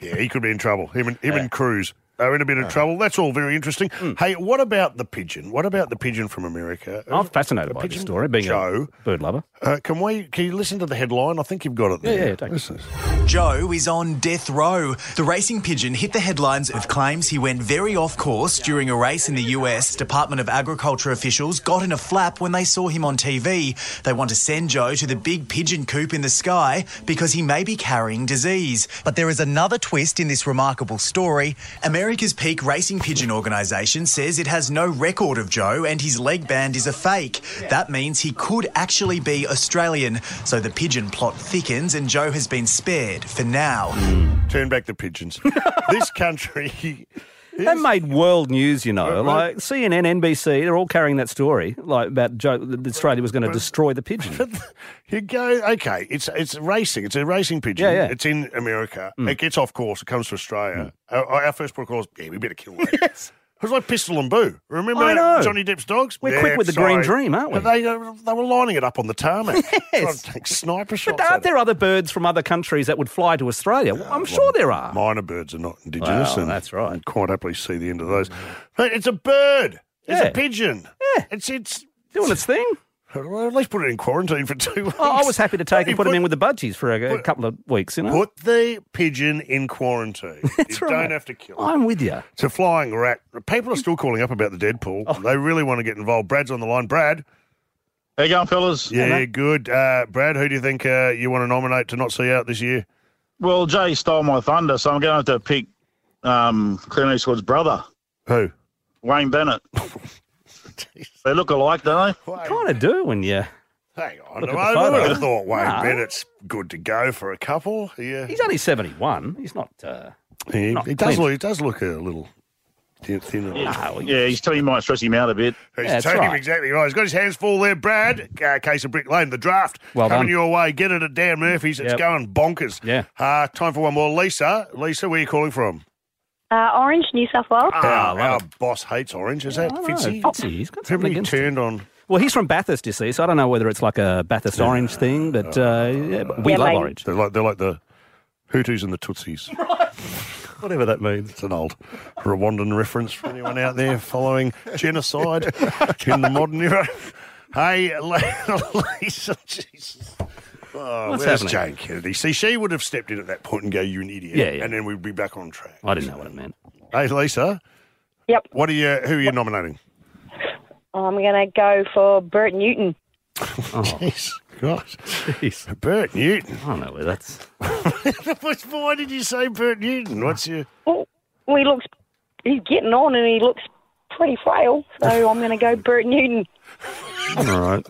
yeah, he could be in trouble. Him and him and Cruz are in a bit
Uh-huh.
of trouble. That's all very interesting. Hey, what about the pigeon? What about the pigeon from America?
Hmm.
Uh,
I'm fascinated by this
pigeon
story, being
Joe.
a bird lover.
Uh, can we? Can you listen to the headline? I think you've got it there.
yeah, take it.
Listen.
Joe is on death row. The racing pigeon hit the headlines with claims he went very off course during a race in the US. Department of Agriculture officials got in a flap when they saw him on TV. They want to send Joe to the big pigeon coop in the sky because he may be carrying disease. But there is another twist in this remarkable story. America's peak racing pigeon organisation says it has no record of Joe and his leg band is a fake. That means he could actually be Australian. So the pigeon plot thickens and Joe has been spared for now.
Hmm. Turn back the pigeons. this country.
That made world news, you know. Like CNN, NBC, they're all carrying that story, like about Joe that Australia was going to destroy the pigeon.
You go okay. It's it's racing. It's a racing pigeon.
Yeah, Hmm. yeah.
It's in America. It gets off course. It comes to Australia.
Hmm.
Uh, Our, our first port of call is yeah, we better kill that. It was like Pistol and Boo. Remember
I know.
Johnny Depp's dogs?
We're quick with the green dream, aren't we?
But they uh, they were lining it up on the tarmac. Trying
Yes.
to take sniper shots.
But aren't
at it.
there other birds from other countries that would fly to Australia? I'm sure there are.
Minor birds are not indigenous.
Well,
and
that's right.
you Quite happily see the end of those. But it's a bird. It's
Yeah.
a pigeon.
Yeah.
It's it's.
Doing its thing.
Well, at least put it in quarantine for two weeks.
I I was happy to take
You
and put him in with the budgies for a, a
put-
couple of weeks, you know.
Put the pigeon in quarantine.
That's
you
right.
don't have to kill it.
I'm with you.
It's a flying rat. People are still calling up about the Deadpool.
Oh.
They really want to get involved. Brad's on the line. Brad.
How you going, fellas?
Yeah, good. Uh, Brad, who do you think uh, you want to nominate to not see out this year?
Well, Jay stole my thunder, so I'm going to have to pick um, Clint Eastwood's brother,
Who?
Wayne Bennett. they look alike, don't
Kind of do when you
Hang on.
Look at the
I would
photo.
have thought Wayne
No.
Bennett's good to go for a couple. Yeah.
He's only 71. He's not. Uh,
He,
not
he does
Clint.
look. He does look a little thin. thin
yeah, he's telling you might stretch him out a bit.
He's telling him exactly right. He's got his hands full there, Brad. Uh, case of Brick Lane, the draft
Well
coming
done.
your way. Get it at Dan Murphy's. It's
Yep.
going bonkers. Yeah. Uh, time for one more. Lisa, Lisa, where are you calling from?
Uh, Orange, New South Wales.
Ah, our boss hates orange. Is that Fitzy?
he's got
Who
something
he
against
turned on?
Well, he's from Bathurst, you see, so I don't know whether it's like a Bathurst orange thing, but uh, yeah, but we
Yeah,
love
mate.
orange.
They're like, they're like the Hutus and the Tutsis. Whatever that means. It's an old Rwandan reference for anyone out there following genocide in the modern era. Hey, Lisa, Jesus. Oh,
What's
where's Jane
happening?
Kennedy? See, she would have stepped in at that point and go, "You're an idiot,"
Yeah, yeah.
and then we'd be back on track.
I didn't know what it meant.
Hey, Lisa.
Yep.
What are you? Who are you nominating?
I'm going to go for Bert Newton.
Jeez, gosh, Bert Newton. I
Oh. don't know where that's.
Why did you say Bert Newton? What's your?
Well, he looks, he's getting on and he looks pretty frail, so I'm going to go Bert Newton.
All right.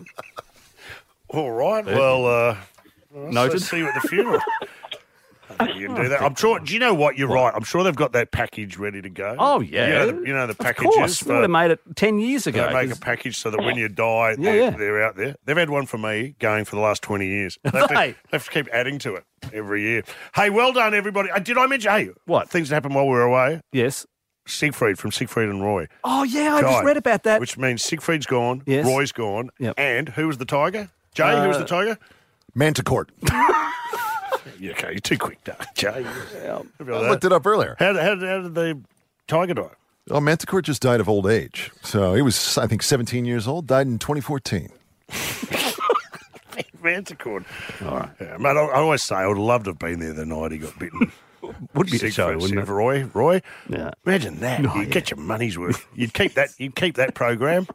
All right. Well, uh, let's-
Noted.
Let's see you at the funeral. I think you can do that. I'm sure. Do you know what? You're right. I'm sure they've got that package ready to go.
Oh, yeah.
You know the, you know, the
Of
packages.
course, they
for-
would have made it 10 years ago.
they make a
'cause-
package so that when you die,
Yeah,
they're,
yeah.
they're out there. They've had one for me going for the last 20 years. They have, to,
Right.
they have to keep adding to it every year. Hey, well done, everybody. Uh, did I mention, hey,
What?
Things that happened while we were away?
Yes.
Siegfried from Siegfried and Roy.
Oh, yeah, I just
Died.
read about that.
Which means Siegfried's gone,
Yes.
Roy's gone,
Yep.
and who was the tiger? Jay, who was
Uh,
the tiger?
Manticourt.
Yeah, okay, you're too quick, Doug. Jay.
I looked it up earlier.
How, how, how did the tiger die?
Oh, Manticourt just died of old age. So he was, I think, 17 years old, died in 2014.
Manticord. All right. Yeah, mate, I, I always say I would love to have been there the night he got bitten.
Would be a
Siegfried
show, wouldn't
said,
it?
Roy, Roy.
Yeah.
Imagine that.
Oh,
you'd get your money's worth. You'd keep that you'd keep that program.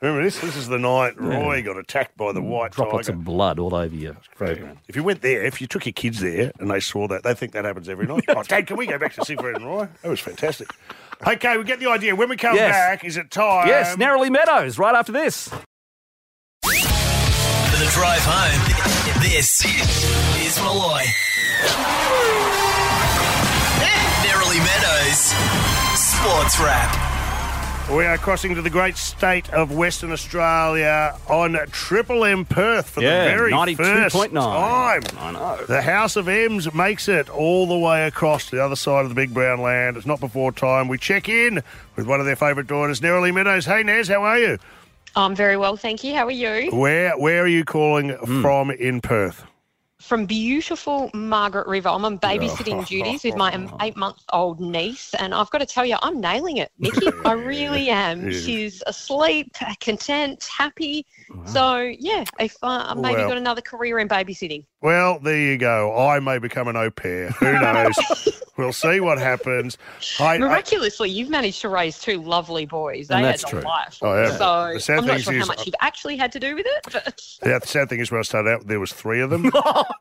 Remember this? This is the night Roy got attacked by
Mm.
the white
Droplets
tiger.
of blood all over your program.
If you went there, if you took your kids there and they saw that, they think that happens every night. oh, Dad, can we go back to Siegfried and Roy? That was fantastic. Okay, we get the idea. When we come
Yes.
back, is it time?
Yes, Narrowly Meadows, right after this.
For the drive home, this is Malloy. Merrily Meadows Sports Wrap.
We are crossing to the great state of Western Australia on Triple M Perth for
Yeah,
the very
92.9.
first time.
I know.
The House of M's makes it all the way across to the other side of the big brown land. It's not before time. We check in with one of their favourite daughters, Neroli Meadows. Hey, Naz, how are you?
I'm very well, thank you. How are you?
Where Where are you calling
Hmm.
from in Perth?
From beautiful Margaret River. I'm on babysitting duties with my eight month old niece, and I've got to tell you, I'm nailing it, Mickey. I really am.
Yeah.
She's asleep, content, happy. So, yeah, if I I maybe
Wow.
got another career in babysitting.
Well, there you go. I may become an au pair. Who knows? we'll see what happens. I, I-
Miraculously, you've managed to raise two lovely boys. They
And
had
that's
a
true.
life.
I have. The
So
sad
I'm not
thing
sure
is-
how much you've actually had to do with it. But
Yeah, the sad thing is when I started out, there was three of them. I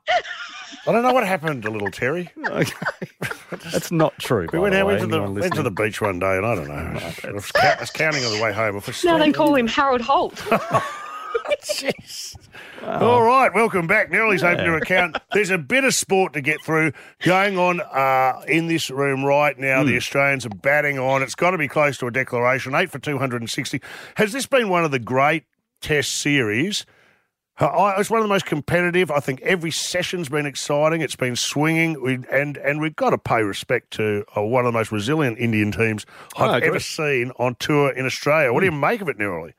don't know what happened to little Terry.
That's not true.
We
by
went
the
out
way,
went to the
anyone
went to
listening.
the beach one day, and I don't know. I, was, ca- I was counting on the way home. I was
now they
sleeping.
call him Harold Holt.
All right, welcome back. Nelly's opened
Yeah.
her account. There's a bit of sport to get through going on uh, in this room right now. The Australians are batting on. It's got to be close to a declaration. Eight for 260. Has this been one of the great test series? Uh, I- It's one of the most competitive. I think every session's been exciting. It's been swinging, we, and and we've got to pay respect to uh, one of the most resilient Indian teams
I
I've
agree.
ever seen on tour in Australia. What do you make of it, Neroli?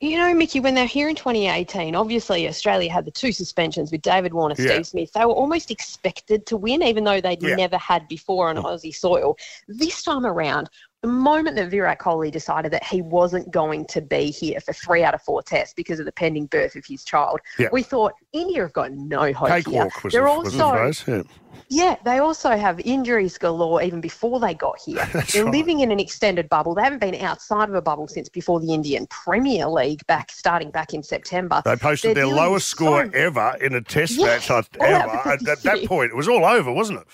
You know, Mickey, when they're here in 2018, obviously Australia had the two suspensions with David Warner,
Yeah.
Steve Smith. They were almost expected to win, even though they'd
Yeah. Mm.
never had before on Aussie soil. This time around, the moment that Virat Kohli decided that he wasn't going to be here for three out of four tests because of the pending birth of his child,
Yeah.
we thought India have got no hope here.
Cakewalk was,
they're
a,
also
was a phrase. Yeah.
yeah, they also have injuries galore even before they got here. They're
right.
living in an extended bubble. They haven't been outside of a bubble since before the Indian Premier League back starting back in September.
They posted
They're
their
dealing
lowest score ever in a test match I-
Oh,
ever.
that was
At that, that point, it was all over, wasn't it?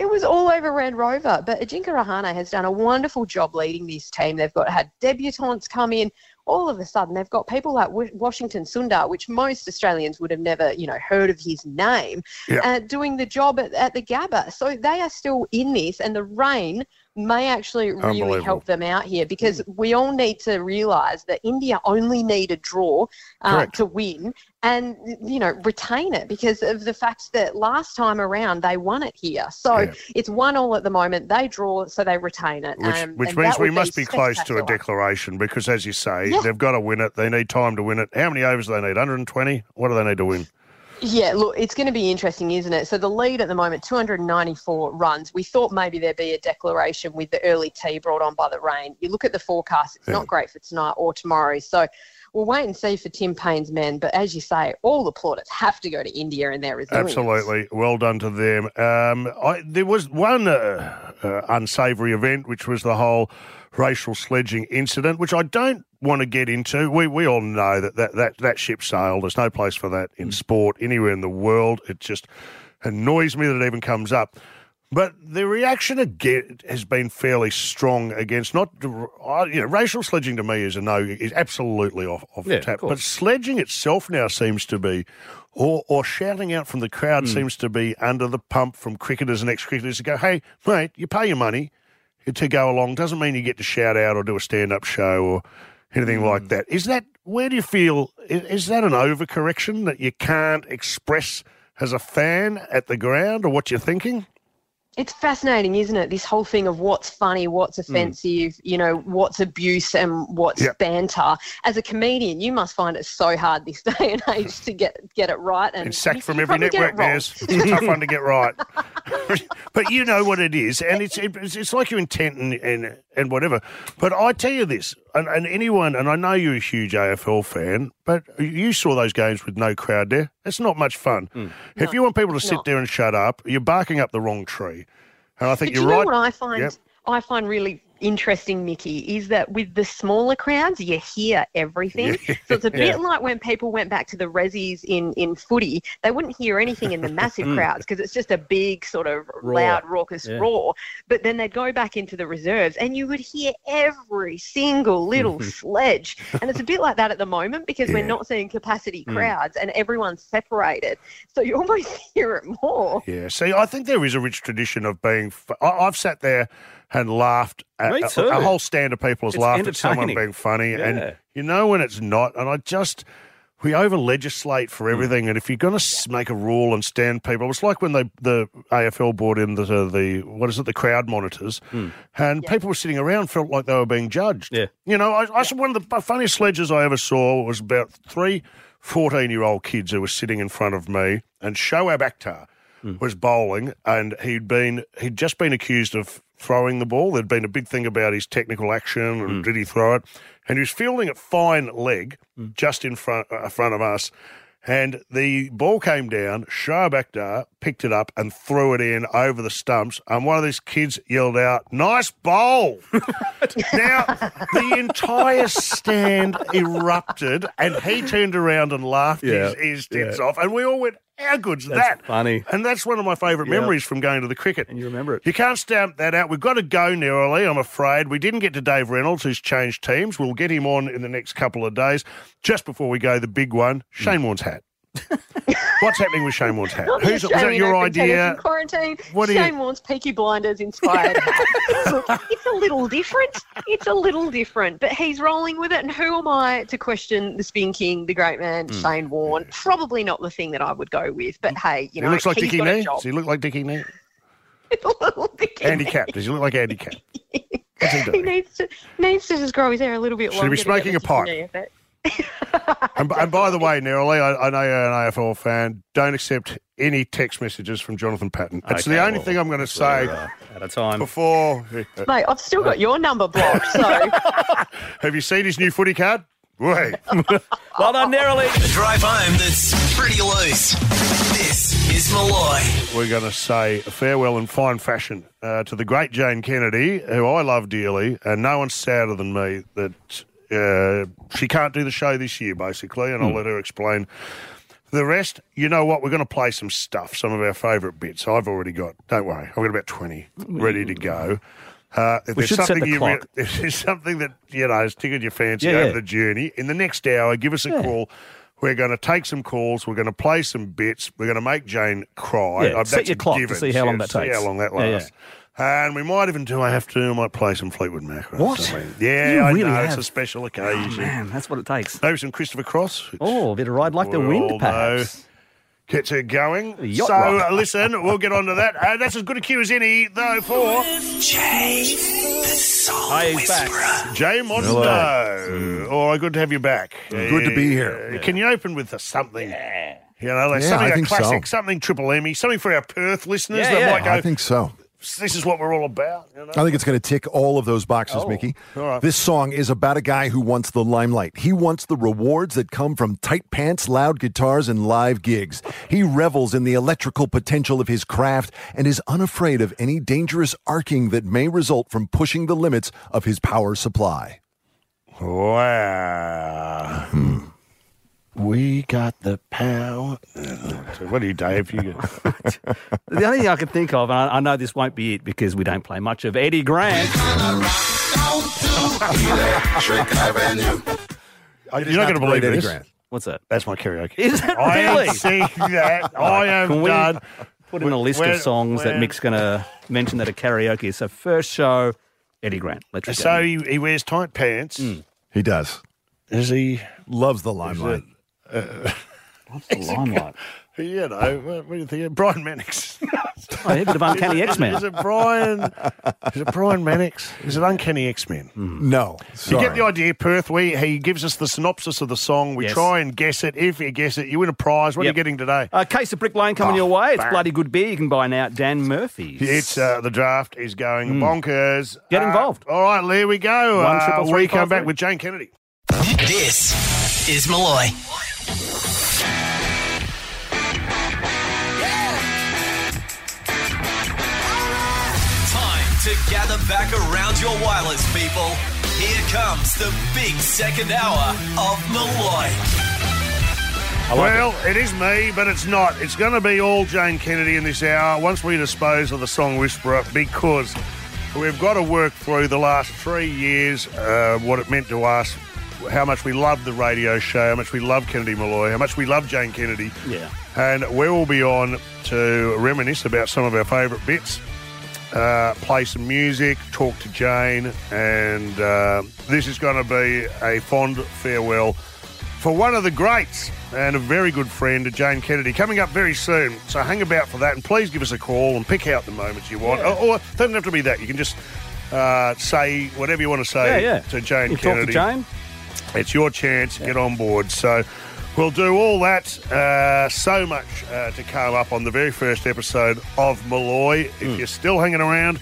It was all over Red Rover, but Ajinkya Rahane has done a wonderful job leading this team. They've got had debutants come in. all of a sudden they've got people like w- Washington Sundar, which most Australians would have never, you know, heard of his name,
Yeah.
uh, doing the job at, at the Gabba. So they are still in this, and the rain may actually really
Unbelievable.
help them out here because
Mm.
we all need to realise that India only need a draw uh,
Correct.
to win and you know retain it because of the fact that last time around they won it here. So it's one all at the moment. They draw, so they retain it,
Which,
um,
which
and
means
that
we
would
must be close to a
spectacular.
declaration because, as you say,
Yeah.
they've got to win it. They need time to win it. How many overs do they need? 120? What do they need to win?
Yeah, look, it's going to be interesting, isn't it? So the lead at the moment, 294 runs. We thought maybe there'd be a declaration with the early tea brought on by the rain. You look at the forecast, it's not great for tonight or tomorrow. So we'll wait and see for Tim Payne's men. But as you say, all the plaudits have to go to India and their resilience.
Absolutely. Well done to them. Um, I, there was one uh, uh, unsavoury event, which was the whole racial sledging incident, which I don't want to get into. We we all know that that, that, that ship sailed. There's no place for that in sport anywhere in the world. It just annoys me that it even comes up. But the reaction again has been fairly strong against not, I- you know, racial sledging to me is a no, is absolutely off, off
Yeah,
the
of
tap.
course.
But sledging itself now seems to be, or or shouting out from the crowd
Hmm.
seems to be under the pump from cricketers and ex cricketers to go, hey mate, you pay your money to go along doesn't mean you get to shout out or do a stand up show or anything
Hmm.
like that. Is that where do you feel i- is, that an overcorrection that you can't express as a fan at the ground or what you're thinking?
It's fascinating, isn't it? This whole thing of what's funny, what's
Mm.
offensive, you know, what's abuse and what's
Yep.
banter. As a comedian, you must find it so hard this day and age to get get it right. And
And sacked
you
from
can
every
probably get it
network,
wrong.
there's it's a tough one to get right. but you know what it is, and it's it's, it's like your intent and, and and whatever. But I tell you this, and, and anyone, and I know you're a huge AFL fan, but you saw those games with no crowd there. It's not much fun.
Hmm.
If you want people to sit there and shut up, you're barking up the wrong tree. And I think
But
you're
do you
right.
know what I find
Yep.
I find really interesting, Mickey, is that with the smaller crowds, you hear everything.
Yeah.
So it's a
Yeah.
bit like when people went back to the resis in, in footy, they wouldn't hear anything in the massive
Mm.
crowds because it's just a big sort of
Roar.
loud, raucous
Yeah.
roar. But then they'd go back into the reserves and you would hear every single little sledge. And it's a bit like that at the moment because we're not seeing capacity
Mm.
crowds and everyone's separated. So you almost hear it more.
Yeah, see, I think there is a rich tradition of being. F- I, I've sat there and laughed. At,
Me
a-
too.
A, whole stand of people has
It's
laughed at someone
entertaining.
being funny,
Yeah.
and you know when it's not. And I just we over legislate
Hmm.
for everything. And if you're going to make a rule and stand people, it's like when they the AFL brought in the the what is it the crowd monitors,
Hmm.
and people were sitting around felt like they were being judged. Yeah, you know, I, I saw one of the funniest sledges I ever saw was about three 14 year old kids who were sitting in front of me, and Shoaib Akhtar
Hmm.
was bowling, and he'd been he'd just been accused of throwing the ball. There'd been a big thing about his technical action
Hmm.
and did he throw it? And he was fielding a fine leg
Hmm.
just in front uh, front of us. And the ball came down. Shoaib Akhtar picked it up and threw it in over the stumps. And one of these kids yelled out, "Nice bowl!" now the entire stand erupted, and he turned around and laughed
Yeah,
his, his
yeah.
tits off. And we all went, "How good's
That's
that?"
funny.
And that's one of my favourite
Yeah.
memories from going to the cricket.
And you remember it.
You can't stamp that out. We've got to go now, Ollie, I'm afraid. We didn't get to Dave Reynolds, who's changed teams. We'll get him on in the next couple of days. Just before we go, the big one Shane Warne's hat. What's happening with Shane Warne's hat?
Not the
Who's, was that
Australian
your
Open tennis in
idea?
Quarantine.
What are you-
Shane Warne's Peaky Blinders inspired. Look, it's a little different. It's a little different, but he's rolling with it. And who am I to question the Spin King, the great man
Mm.
Shane Warne? Probably not the thing that I would go with. But hey, you
he
know,
Hmm. looks like
he's
Dickie
got a
Knee.
job.
Does he look like Dickie Knee?
Dickie Knee.
Handicapped. Does he look like handicapped? What's he
He
doing?
needs to needs to just grow his hair a little bit
Should he
longer.
be
to
smoking
get
a
the
pipe?
Dickie Knee effect.
And, b- and by the way, Neroli, I, I know you're an AFL fan. Don't accept any text messages from Jonathan Patton. It's
Okay,
the only
well, uh,
thing I'm going to say
at a time
before.
Mate, I've still
Uh,
got your number
Oh,
blocked, so
Have you seen his new footy card? Wait.
well done, Neroli.
A drive home that's pretty loose. This is Malloy.
We're going to say farewell in fine fashion uh, to the great Jane Kennedy, who I love dearly, and no one's sadder than me that uh, she can't do the show this year, basically,
Hmm.
and I'll let her explain the rest. You know what? We're going to play some stuff, some of our favourite bits. I've already got, don't worry, I've got about 20 ready to go. Uh, if
Mm. We
there's
should set
something
the
you re-
clock.
if there's something that you know has tickled your fancy
Yeah,
over
yeah.
the journey, in the next hour, give us a
Yeah.
call. We're going to take some calls. We're going to play some bits. We're going to make Jane cry. Uh,
Yeah,
that's
set
a
your clock to see how long that
see
takes.
how long that
Yeah, yeah.
lasts. And we might even do. I have to. I might play some Fleetwood Mac. or
What?
something. Yeah,
You
I
really
know. It's
have. Oh,
a special occasion.
man, that's what it takes.
Maybe some Christopher Cross.
Oh, a bit of ride like the wind,
Well,
perhaps.
Gets her going.
yacht
so
ride.
uh, listen, we'll get on to that. Uh, that's as good a cue as any, though, for
Jay, the soul
Hi, he's back.
whisperer.
Jay Monsto.
Mm.
All right, good to have you back.
Good to be here.
Uh, Can you open with us something? You know, like
Yeah,
something
I
a
think so.
classic, something triple Emmy, something for our Perth listeners
Yeah,
that
yeah.
might go,
I think so.
this is what we're all about. You know?
I think it's going to tick all of those boxes,
Oh,
Mickey.
all right.
This song is about a guy who wants the limelight. He wants the rewards that come from tight pants, loud guitars, and live gigs. He revels in the electrical potential of his craft and is unafraid of any dangerous arcing that may result from pushing the limits of his power supply.
Wow. We got the power. So what do you, Dave? You got-
The only thing I can think of, and I, I know this won't be it because we don't play much of Eddie Grant.
You're not going to believe this.
What's that?
That's my karaoke.
Is it
I am
really?
seeing that. I am
Can we
done.
Put in a list
Where-
of songs
where-
that Mick's going to mention that are karaoke. So first show, Eddie Grant. Let's
So he, he wears tight pants.
Hmm.
He does.
Is he?
Loves the limelight.
Uh,
the limelight.
You know, what, what do you think? Brian Mannix.
Oh, yeah, a bit of uncanny
Is it-
X Men.
Is it Brian? Is it Brian Mannix? Is it Uncanny X Men?
Oh,
No.
You
Sorry.
get the idea, Perth. We he gives us the synopsis of the song. We
Yes.
try and guess it. If you guess it, you win a prize. What
Yep.
are you getting today?
A case of Brick Lane coming
Oh,
your way. It's
bang.
bloody good beer you can buy now at Dan Murphy's.
It's uh, the draft is going bonkers.
Hmm. Get
Uh,
involved.
all right, there we go.
One
Uh,
triple three
we come
five
back
three.
with Jane Kennedy.
This is Malloy.
Time to gather back around your wireless, people. Here comes the big second hour of Malloy.
Well, it is me, but it's not. It's going to be all Jane Kennedy in this hour once we dispose of the song Whisperer because we've got to work through the last three years, uh, what it meant to us, how much we love the radio show, how much we love Kennedy Malloy, how much we love Jane Kennedy.
Yeah.
And we will be on to reminisce about some of our favourite bits, uh, play some music, talk to Jane, and uh, this is going to be a fond farewell for one of the greats and a very good friend, Jane Kennedy, coming up very soon. So hang about for that, and please give us a call and pick out the moments you want. Or, or it doesn't have to be that. You can just uh, say whatever you want to
yeah,
say
yeah.
to Jane
you
Kennedy.
Talk to Jane.
It's your chance. Get on board. So we'll do all that. Uh, so much uh, to come up on the very first episode of Malloy. If
Hmm.
you're still hanging around,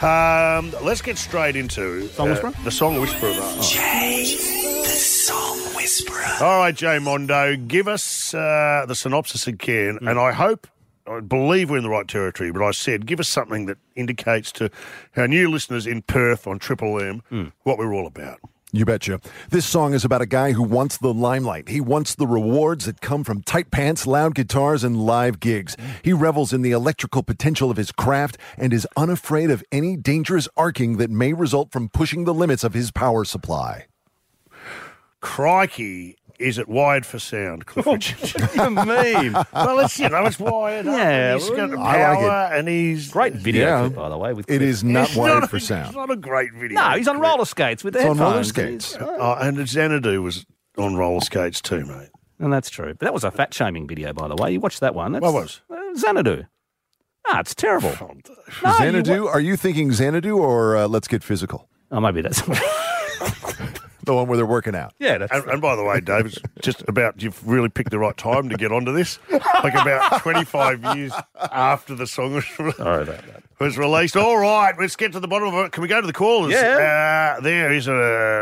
um, let's get straight into uh,
Song Whisperer? Oh.
the song whisperer.
Jay, the soul whisperer.
All right, Jay Mondo, give us uh, the synopsis again,
Hmm.
and I hope. I believe we're in the right territory, but I said give us something that indicates to our new listeners in Perth on Triple M
Hmm.
what we're all about.
You betcha. This song is about a guy who wants the limelight. He wants the rewards that come from tight pants, loud guitars, and live gigs. He revels in the electrical potential of his craft and is unafraid of any dangerous arcing that may result from pushing the limits of his power supply.
Crikey, is it wired for sound, Cliff
Oh,
Richard?
you mean?
well, it's you know it's wired. up, and
Yeah,
he's got
well,
I like
power, and he's
Great video,
Yeah.
clip, by the way. With
It is not
It's
wired
not
for
a, It's
sound.
not a great video.
No, he's on roller skates with the
It's on
headphones.
roller
and he's-
skates.
Oh, and Xanadu was on roller skates too, mate.
And that's true. But that was a fat shaming video, by the way. You watched that one. That's,
What was? Oh,
Uh, Xanadu. Ah, it's terrible. No, you
Xanadu? Are you thinking Xanadu or uh, Let's Get Physical?
wa- oh, maybe that's.
The one where they're working out.
yeah, that's.
And, and by the way, Dave, it's just about you've really picked the right time to get onto this. Like about 25 years after the song was, re-
Sorry about that.
was released. All right, let's get to the bottom of it. Can we go to the callers?
Yeah.
Uh, there is a,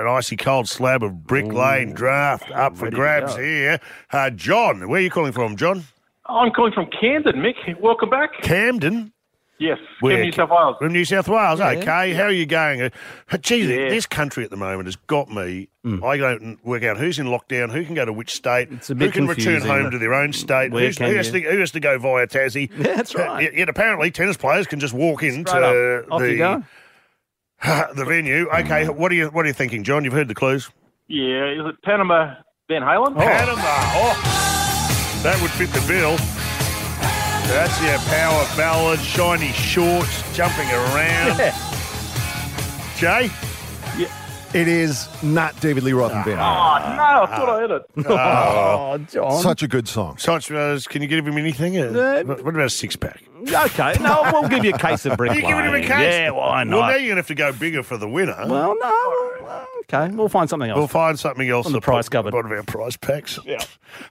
an icy cold slab of Brick Lane draft up for
ready to
grabs
go.
here. Uh, John, where are you calling from, John?
I'm calling from Camden, Mick. Welcome back.
Camden.
Yes,
Where-
Camden, New South Wales.
From New South Wales.
Yeah.
Okay, how are you going? Uh, Geez,
Yeah.
this country at the moment has got me. I don't work out who's in lockdown, who can go to which state,
Hmm. a bit
who can
confusing.
return home to their own state,
Where
who's,
can
who, has to,
you-
who has to go via Tassie.
Yeah, that's
Uh,
right.
yet, yet apparently, tennis players can just walk into
Straight up. Off
the
you go.
the venue. Okay, what are you what are you thinking, John? You've heard the clues.
Yeah, is it Panama Van Halen?
Panama. Oh, that would fit the bill. That's your power ballad, shiny shorts, jumping around. Jay?
It is not David Lee Roth and Band.
Ah.
Oh, no, I thought I heard it.
Oh,
John.
Such a good song.
Such as, can you give him anything? Uh, what what about a six pack?
Okay, no, we'll give you a case of brick.
You giving him a
Lane.
case?
Yeah, why not?
Well, now you're gonna have to go bigger for the winner.
Well, no. Okay, we'll find something else.
We'll find something else
On the
to put-
price cupboard.
One of our prize packs. Yeah.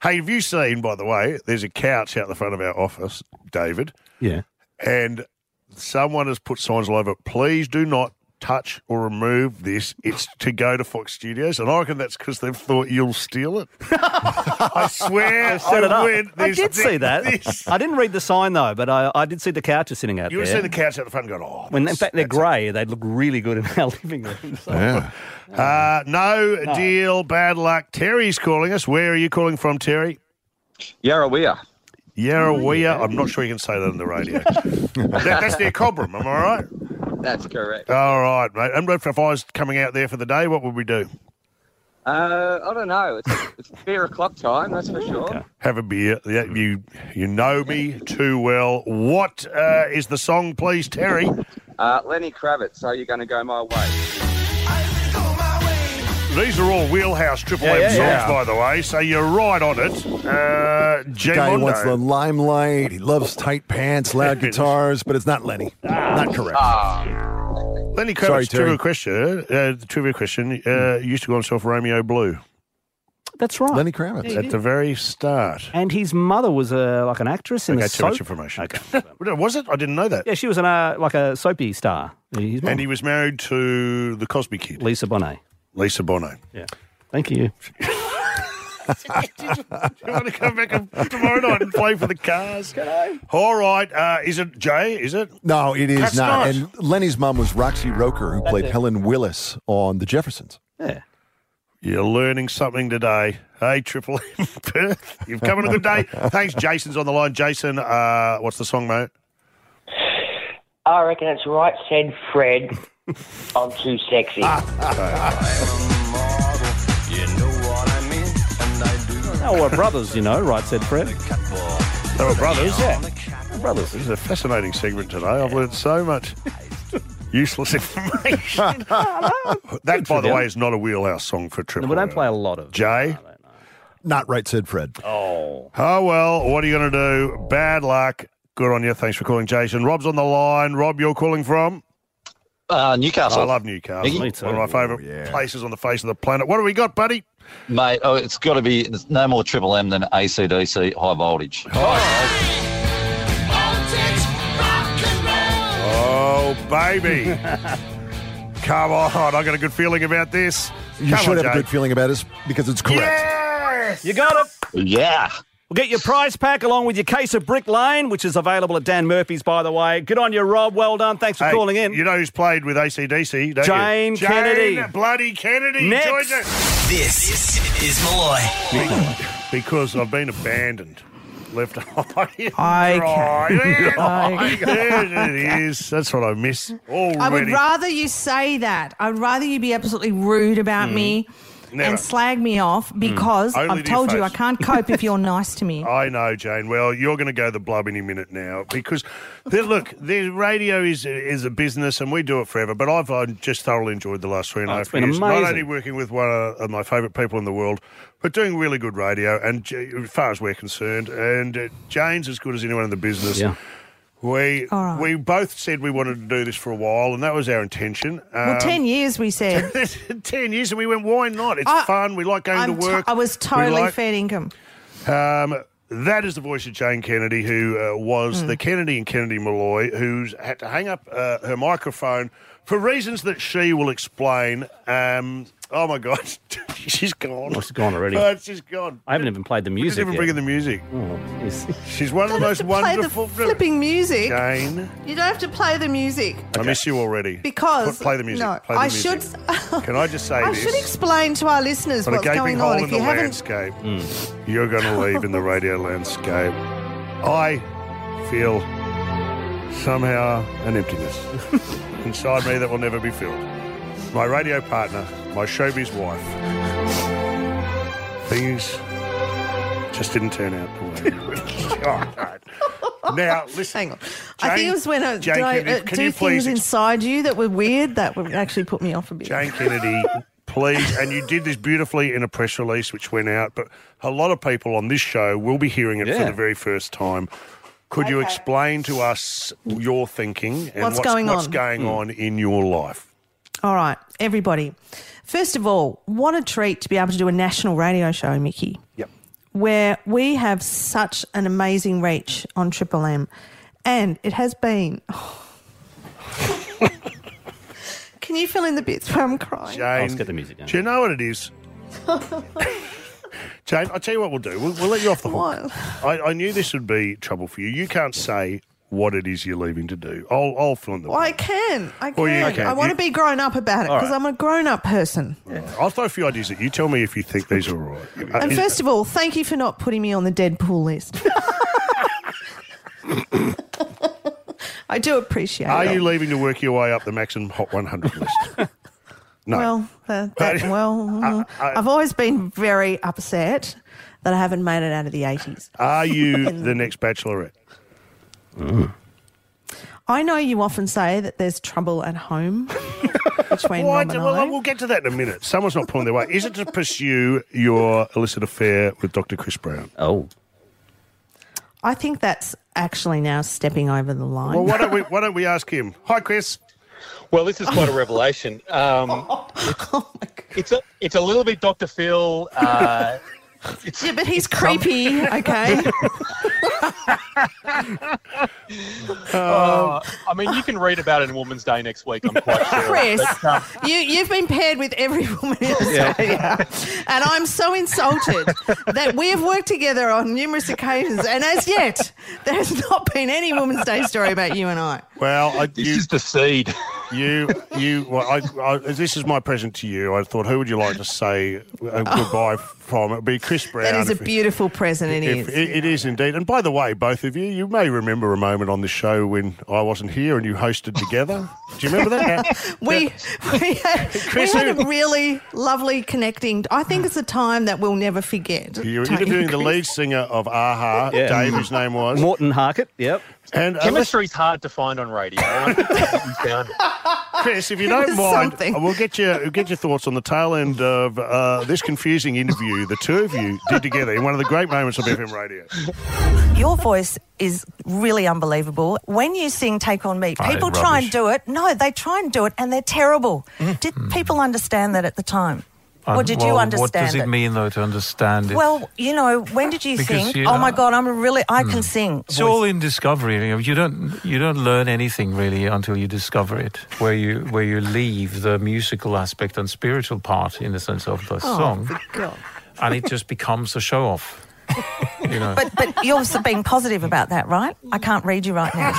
Hey, have you seen? By the way, there's a couch out the front of our office, David,
Yeah.
and someone has put signs all over. it, Please do not touch or remove this. It's to go to Fox Studios, and I reckon that's because they've thought you'll steal it. I swear,
They've set
I
it up.
win.
I
There's
did
thi-
see that.
this.
I didn't read the sign though, but I, I did see the couches sitting out
You would
there.
have seen the couch out the front and gone, oh.
when in fact they're grey, they look really good in our living room. So.
Uh, no, deal, bad luck. Terry's calling us. Where are you calling from, Terry?
Yarrawea.
Yarrawea. I'm not sure you can say that on the radio. That- that's near Cobram, am I right?
That's correct.
All right, mate. And if I was coming out there for the day, what would we do?
Uh, I don't know. It's, it's beer o'clock time, that's for sure.
Have a beer. Yeah, you you know me too well. What uh, is the song, please, Terry?
Uh, Lenny Kravitz, are you going to go my way?
These are all wheelhouse Triple
Yeah,
M
yeah,
songs,
yeah.
by the way. So you're right on it. Uh, Jay
guy who
Mondo.
wants the limelight. He loves tight pants, loud guitars, but it's not Lenny. Not correct.
Ah.
Lenny Kravitz,
Sorry, Terry.
trivia question. Uh, the trivia question. Uh, used to call himself Romeo Blue
That's right.
Lenny Kravitz.
at the very start.
And his mother was uh, like an actress in
Okay,
a
too much
soap.
information. Okay. was it? I didn't know that.
Yeah, she was an, uh, like a soapy star. His mum,
And he was married to the Cosby Kid,
Lisa Bonet.
Lisa Bono.
Yeah. Thank you.
Do you want to come back and- tomorrow night and play for the Cars? Can I? All right. Uh, is it Jay? Is it?
No, it is
That's
not.
not.
And Lenny's mom was Roxy Roker, who played
it.
Helen Willis on The Jeffersons.
Yeah.
You're learning something today. Hey, Triple M Perth. You've come on a good day. Thanks. Jason's on the line. Jason, uh, what's the song, mate?
I reckon it's right said Fred. I'm too sexy.
Oh, we're brothers, you know, right, said Fred.
They were brothers.
Yeah.
Brothers. This is a fascinating segment today. I've learned so much useless information. that, by the way, is not a wheelhouse song for Triple.
we don't
M.
play a lot of
Jay.
Not right, said Fred.
Oh.
Oh well, what are you going to do? Bad luck. Good on you. Thanks for calling, Jason. Rob's on the line. Rob, you're calling from
Uh, Newcastle.
I love Newcastle.
Iggy? Me too.
Oh,
One of my favourite
Oh,
places on the face of the planet. What do we got, buddy?
Mate, oh, it's got to be it's no more Triple M than ACDC High Voltage.
Oh baby, come on! I got a good feeling about this.
You
Come
should
on,
have
Jay.
a good feeling about us because it's correct.
You got it.
Yeah.
We'll get your prize pack along with your case of Brick Lane, which is available at Dan Murphy's, by the way. Good on you, Rob. Well done. Thanks for
Hey,
calling in.
You know who's played with ACDC, don't
Jane
you?
Kennedy.
bloody Kennedy.
Next.
joins us.
This is Malloy.
Be- Because I've been abandoned. Left eye.
I
Dry.
can-
There
I
there it is. That's what I miss already.
I would rather you say that. I'd rather you be absolutely rude about me
Mm-hmm. Never. Mm.
and slag me off because
Only to your
I've told you I
face.
can't cope if you're nice to me.
I know, Jane. Well, you're going to go the blub any minute now because, the, look, the radio is is a business and we do it forever. But I've uh, just thoroughly enjoyed the last three and a
Oh,
half
it's been
years. Not
amazing.
only working with one of my favourite people in the world, but doing really good radio. And j- as far as we're concerned, and uh, Jane's as good as anyone in the business.
Yeah.
We we both said we wanted to do this for a while, and that was our intention.
well,
Um,
10 years we said.
10 years, and we went, why not? It's
I-
fun. We like going
I'm
to
to-
work.
I was
We
totally
like-
fair income.
um, that is the voice of Jane Kennedy, who uh, was
Hmm.
the Kennedy and Kennedy Malloy, who's had to hang up uh, her microphone for reasons that she will explain. Um, oh my God, she's gone.
Oh, she's gone already.
Oh, she's gone.
I haven't even played the
We didn't
music. Oh,
even bring in the music. She's one of the
You don't
most
have to play the
wonderful.
flipping music.
Jane,
You don't have to play the music.
I miss you already.
Because
Put- play the music.
No,
play the
I
music.
should
Can I just say
I
this?
should explain to our listeners
But a
what's
gaping
going
hole
on.
in
If
the
you haven't
landscape. You're going to leave in the radio landscape. I feel somehow an emptiness. inside me that will never be filled. My radio partner, my showbiz wife. Things just didn't turn out the way. Oh, no. Now, listen.
Hang on. I think
Jane-
it was when I,
Jane
did I
Kennedy,
uh,
can
do
you please
things inside you that were weird that would actually put me off a bit.
Jane Kennedy, please. And you did this beautifully in a press release which went out, but a lot of people on this show will be hearing it for
Yeah.
the very first time. Could you explain to us your thinking and
What's going
what's
on?
going on in your life?
All right, everybody. First of all, what a treat to be able to do a national radio show, Mickey.
Yep.
Where we have such an amazing reach on Triple M. And it has been. Can you fill in the bits where I'm crying?
Jane, let's get the music Do you know what it is? Jane, I'll tell you what we'll do. We'll, we'll let you off the hook. I, I knew this would be trouble for you. You can't say what it is you're leaving to do. I'll, I'll fill in the
Well, I can. I can.
Well, you can.
I want
You-
to be grown up about it
All
because
right.
I'm a grown up person.
I'll throw a few ideas at you. Tell me if you think these are all right. Uh,
And first of all, thank you for not putting me on the Deadpool list. I do appreciate
Are
it.
you leaving to work your way up the Maxim Hot 100 list? No.
Well, uh, that, well, mm-hmm. I've always been very upset that I haven't made it out of the 80s.
Are you the next bachelorette?
Mm. I know you often say that there's trouble at home between
Why
Mum
do-
and
well,
I.
we'll get to that in a minute. Someone's not pulling their weight. Is it to pursue your illicit affair with Dr. Chris Brown? Oh.
I think that's actually now stepping over the line.
Well, why don't we, why don't we ask him? Hi, Chris.
Well, this is quite a revelation. Um, it's, a, it's a little bit Dr. Phil. Uh,
yeah, but he's creepy, okay?
uh, I mean, you can read about it in Woman's Day next week, I'm quite sure.
Chris,
But, um,
you, you've been paired with every woman in
Yeah.
Australia. And I'm so insulted that we have worked together on numerous occasions. And as yet, there has not been any Women's Day story about you and I.
Well, I, this
is the seed.
You, you. Well, I, I, this is my present to you. I thought, who would you like to say uh, goodbye from? It'd be Chris Brown.
That is a
if-
beautiful present, it
If-
is.
it- it is indeed. And by the way, both of you, you may remember a moment on the show when I wasn't here and you hosted together. Do you remember that?
we we had, we
Chris,
had
who-
a really lovely connecting. I think it's a time that we'll never forget.
You were
Don't you,
interviewing the
Chris?
lead singer of Aha,
Yeah.
Dave, whose name was
Morton Harkett. Yep.
And uh, let's-
Chemistry's hard to find on radio. I wonder if you found it.
Chris, if you
It
don't
was
mind,
something.
we'll get your we'll get your thoughts on the tail end of uh, this confusing interview the two of you did together in one of the great moments of FM radio.
Your voice is really unbelievable. When you sing Take On Me,
Oh,
people try and
rubbish.
do it. No, they try and do it and they're terrible. Did people understand that at the time? or
Mm-hmm. Um,
did
well,
you understand
What does it,
it?
mean, though, to understand it?
Well, you know, when did you
Because,
think,
you
oh
know,
my God, I'm a really, I
hmm.
can sing?
It's all in discovery. You, know, you don't you don't learn anything really until you discover it. Where you where you leave the musical aspect and spiritual part in the sense of the
Oh.
song, and it just becomes a show off. You know,
But, but you're also being positive about that, right? I can't read you right now.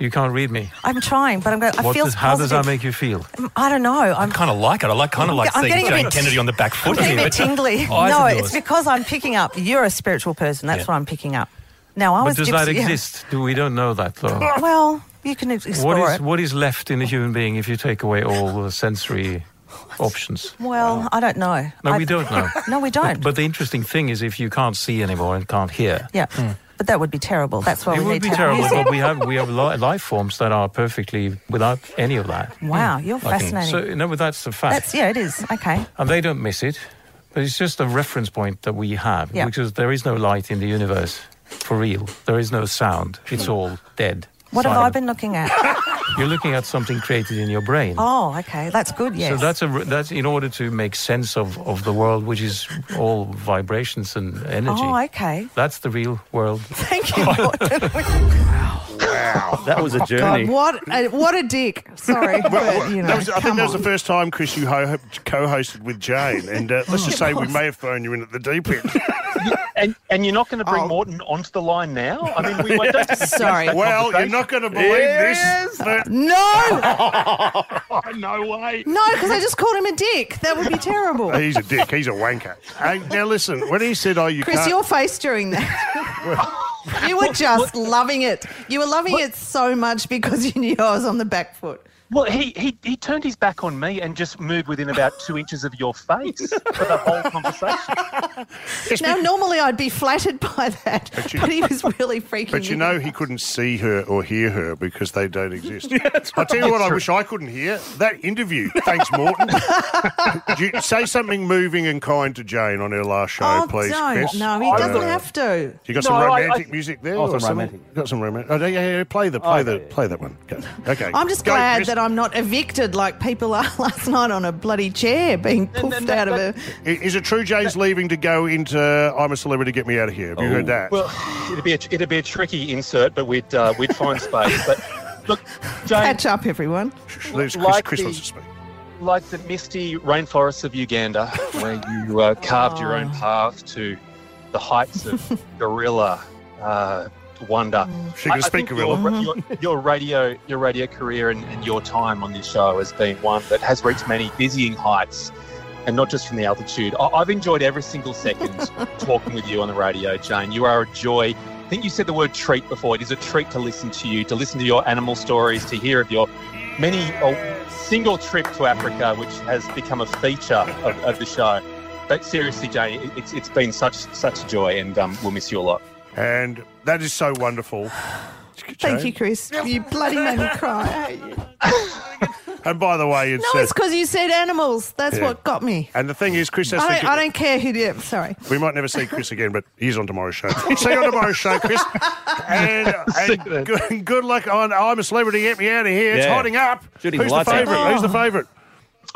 you can't read me.
I'm trying, but I'm going, I
What
feel
does- how does
positive.
that make you feel?
I don't know. I'm
kind of like it. I like
kind of like I'm seeing getting a Jane bit- Kennedy on
the back
I'm getting a bit tingly. no, it's because I'm picking up. You're a spiritual person. That's
Yeah.
what I'm picking up. Now, I
But
was
does
gypsy.
that
yeah.
exist? Do we don't know that though?
Well, you can ex- explore
What is
it.
what is left in a human being if you take away all the sensory options?
Well, I don't know.
No,
I-
we don't know.
No, we don't.
But, but the interesting thing is, if you can't see anymore and can't hear,
yeah, but that would be terrible. That's why
hmm. it
we
would
need
be
to
terrible.
have music.
But we have we have li- life forms that are perfectly without any of that.
Wow, you're
Like,
fascinating.
Hmm. So no, but that's a fact,
That's yeah, it is. Okay.
and they don't miss it. But it's just a reference point that we have
Yeah.
because there is no light in the universe for real. There is no sound. It's all dead.
What have I
silent.
been looking at?
You're looking at something created in your brain.
Oh, okay. That's good. Yes.
So that's a re- that's in order to make sense of, of the world, which is all vibrations and energy.
Oh, okay.
That's the real world.
Thank you.
Wow, that was a
Oh, God, what a, what a dick. Sorry. but, you know,
that was, I think
come
that was the
on.
first time, Chris, you ho- co-hosted with Jane, and uh, let's just say we may have thrown you in at the deep end.
And, and you're not going to
Oh.
bring Morton onto the line now? I mean, we, I don't
Well, you're not going to believe this. but-
No!
no way.
No, because I just called him a dick. That would be terrible.
He's a dick. He's a wanker. Hey, now listen, when he said, "Oh, you
Chris,
can't,"
your face during that. you were just loving it. You were loving it so much because you knew I was on the back foot.
Well, he, he he turned his back on me and just moved within about two inches of your face for the whole conversation.
now, normally I'd be flattered by that,
But you-
but he was really freaking
But you
me
know
out.
he couldn't see her or hear her because they don't exist. I'll tell you
right.
what, I
True.
wish I couldn't hear that interview. Thanks, Morton. Did you say something moving and kind to Jane on her last show,
Oh,
please.
don't.
Chris?
No, he doesn't have to.
You got
No,
some
I- I-
romantic music there,
Oh,
or
some
something?
romantic.
Got some romantic. Oh, yeah, yeah, yeah, play the, play the, play that one. Go. Okay.
I'm just
Go,
glad
Chris.
that I'm not evicted like people are last night on a bloody chair being poofed out of a.
I- Is it true Jane's leaving to go into uh, "I'm a Celebrity, Get Me Out of Here"? Have you
Oh.
heard that?
Well, it'd be a, it'd be a tricky insert, but we'd uh, we'd find space. But look, Jane,
Catch up, everyone.
Chris- Chris
the,
wants to speak.
Like the misty rainforests of Uganda, where you
Oh.
uh, carved your own path to the heights of gorilla uh, wonder.
She can
I- I
speak
think your-
gorilla.
Your, your radio, your radio career, and, and your time on this show has been one that has reached many dizzying heights. And not just from the altitude. I- I've enjoyed every single second talking with you on the radio, Jane. You are a joy. I think you said the word treat before. It is a treat to listen to you, to listen to your animal stories, to hear of your many a single trip to Africa, which has become a feature of, of the show. But seriously, Jane, it- it's, it's been such such a joy, and um, we'll miss you a lot.
And that is so wonderful.
Thank you, Chris. You bloody made me cry.
And by the way, it's
No, it's because you said animals. That's
Yeah.
what got me.
and the thing is, Chris
I
has to
don't,
get-
I don't care who did. Sorry.
We might never see Chris again, but he's on tomorrow's show. see you on tomorrow's show, Chris. And, and good, good luck on oh, I'm a Celebrity, get me out of here. It's
Yeah.
hotting up.
Shooting
Who's the
lights out.
favourite? Who's the favourite?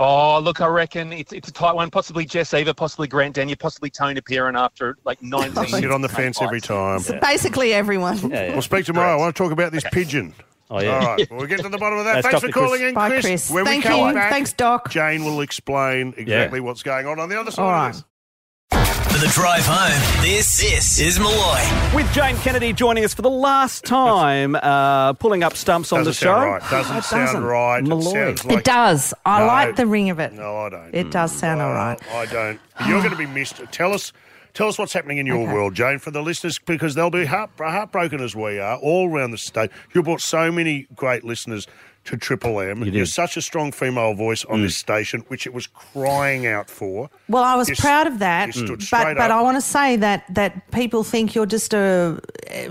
Oh, look, I reckon it's, it's a tight one. Possibly Jess Eva, possibly Grant Daniel, possibly Tony Piran after like 19.
Sit on the fence every time.
Basically, everyone.
We'll speak tomorrow. I want to talk about this pigeon.
Oh, yeah.
All right, we'll get to the bottom of that. Thanks
That's
for
Dr. Chris.
calling in,
Bye,
Chris.
Chris.
When
Thank
we come
you.
back,
Thanks, Doc.
Jane will explain exactly what's going on on the other side
All
of
right.
this.
For the drive home, this, this is Malloy.
With Jane Kennedy joining us for the last time, uh, pulling up stumps on
Doesn't
the show. Oh,
sound right. Doesn't
It
sound right. It
Malloy.
sounds
It does. I
No.
like the ring of it.
No, I don't.
It does sound all right.
I don't. You're going to be missed. Tell us, tell us what's happening in your world, Jane, for the listeners, because they'll be heart, heartbroken as we are, all around the state. You brought so many great listeners to Triple M. You are such a strong female voice on
Mm.
this station, which it was crying out for.
Well, I was
You s-
proud of that,
you stood
but
straight
but
up.
I want to say that that people think you're just a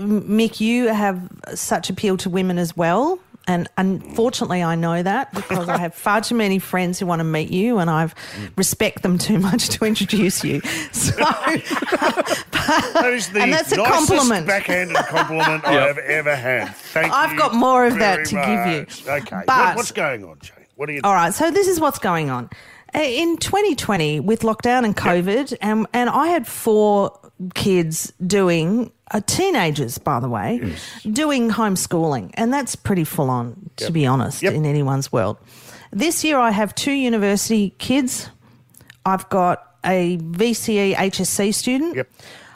Mick. You have such appeal to women as well, and unfortunately, I know that because I have far too many friends who want to meet you, and I've
Mm.
respect them too much to introduce you. So,
That is the
and that's a
nicest
compliment.
backhanded compliment I
Yep.
have ever had. Thank
I've
you
got more of
very
that to give you.
much. Okay, what-
But-
what's going on, Jane? What are you?
All right, so this is what's going on. Uh, In 2020, with lockdown and COVID, and, and I had four kids doing, uh, teenagers, by the way, doing homeschooling. And that's pretty full on, to be honest, in anyone's world. This year, I have two university kids. I've got a E VCE HSC student.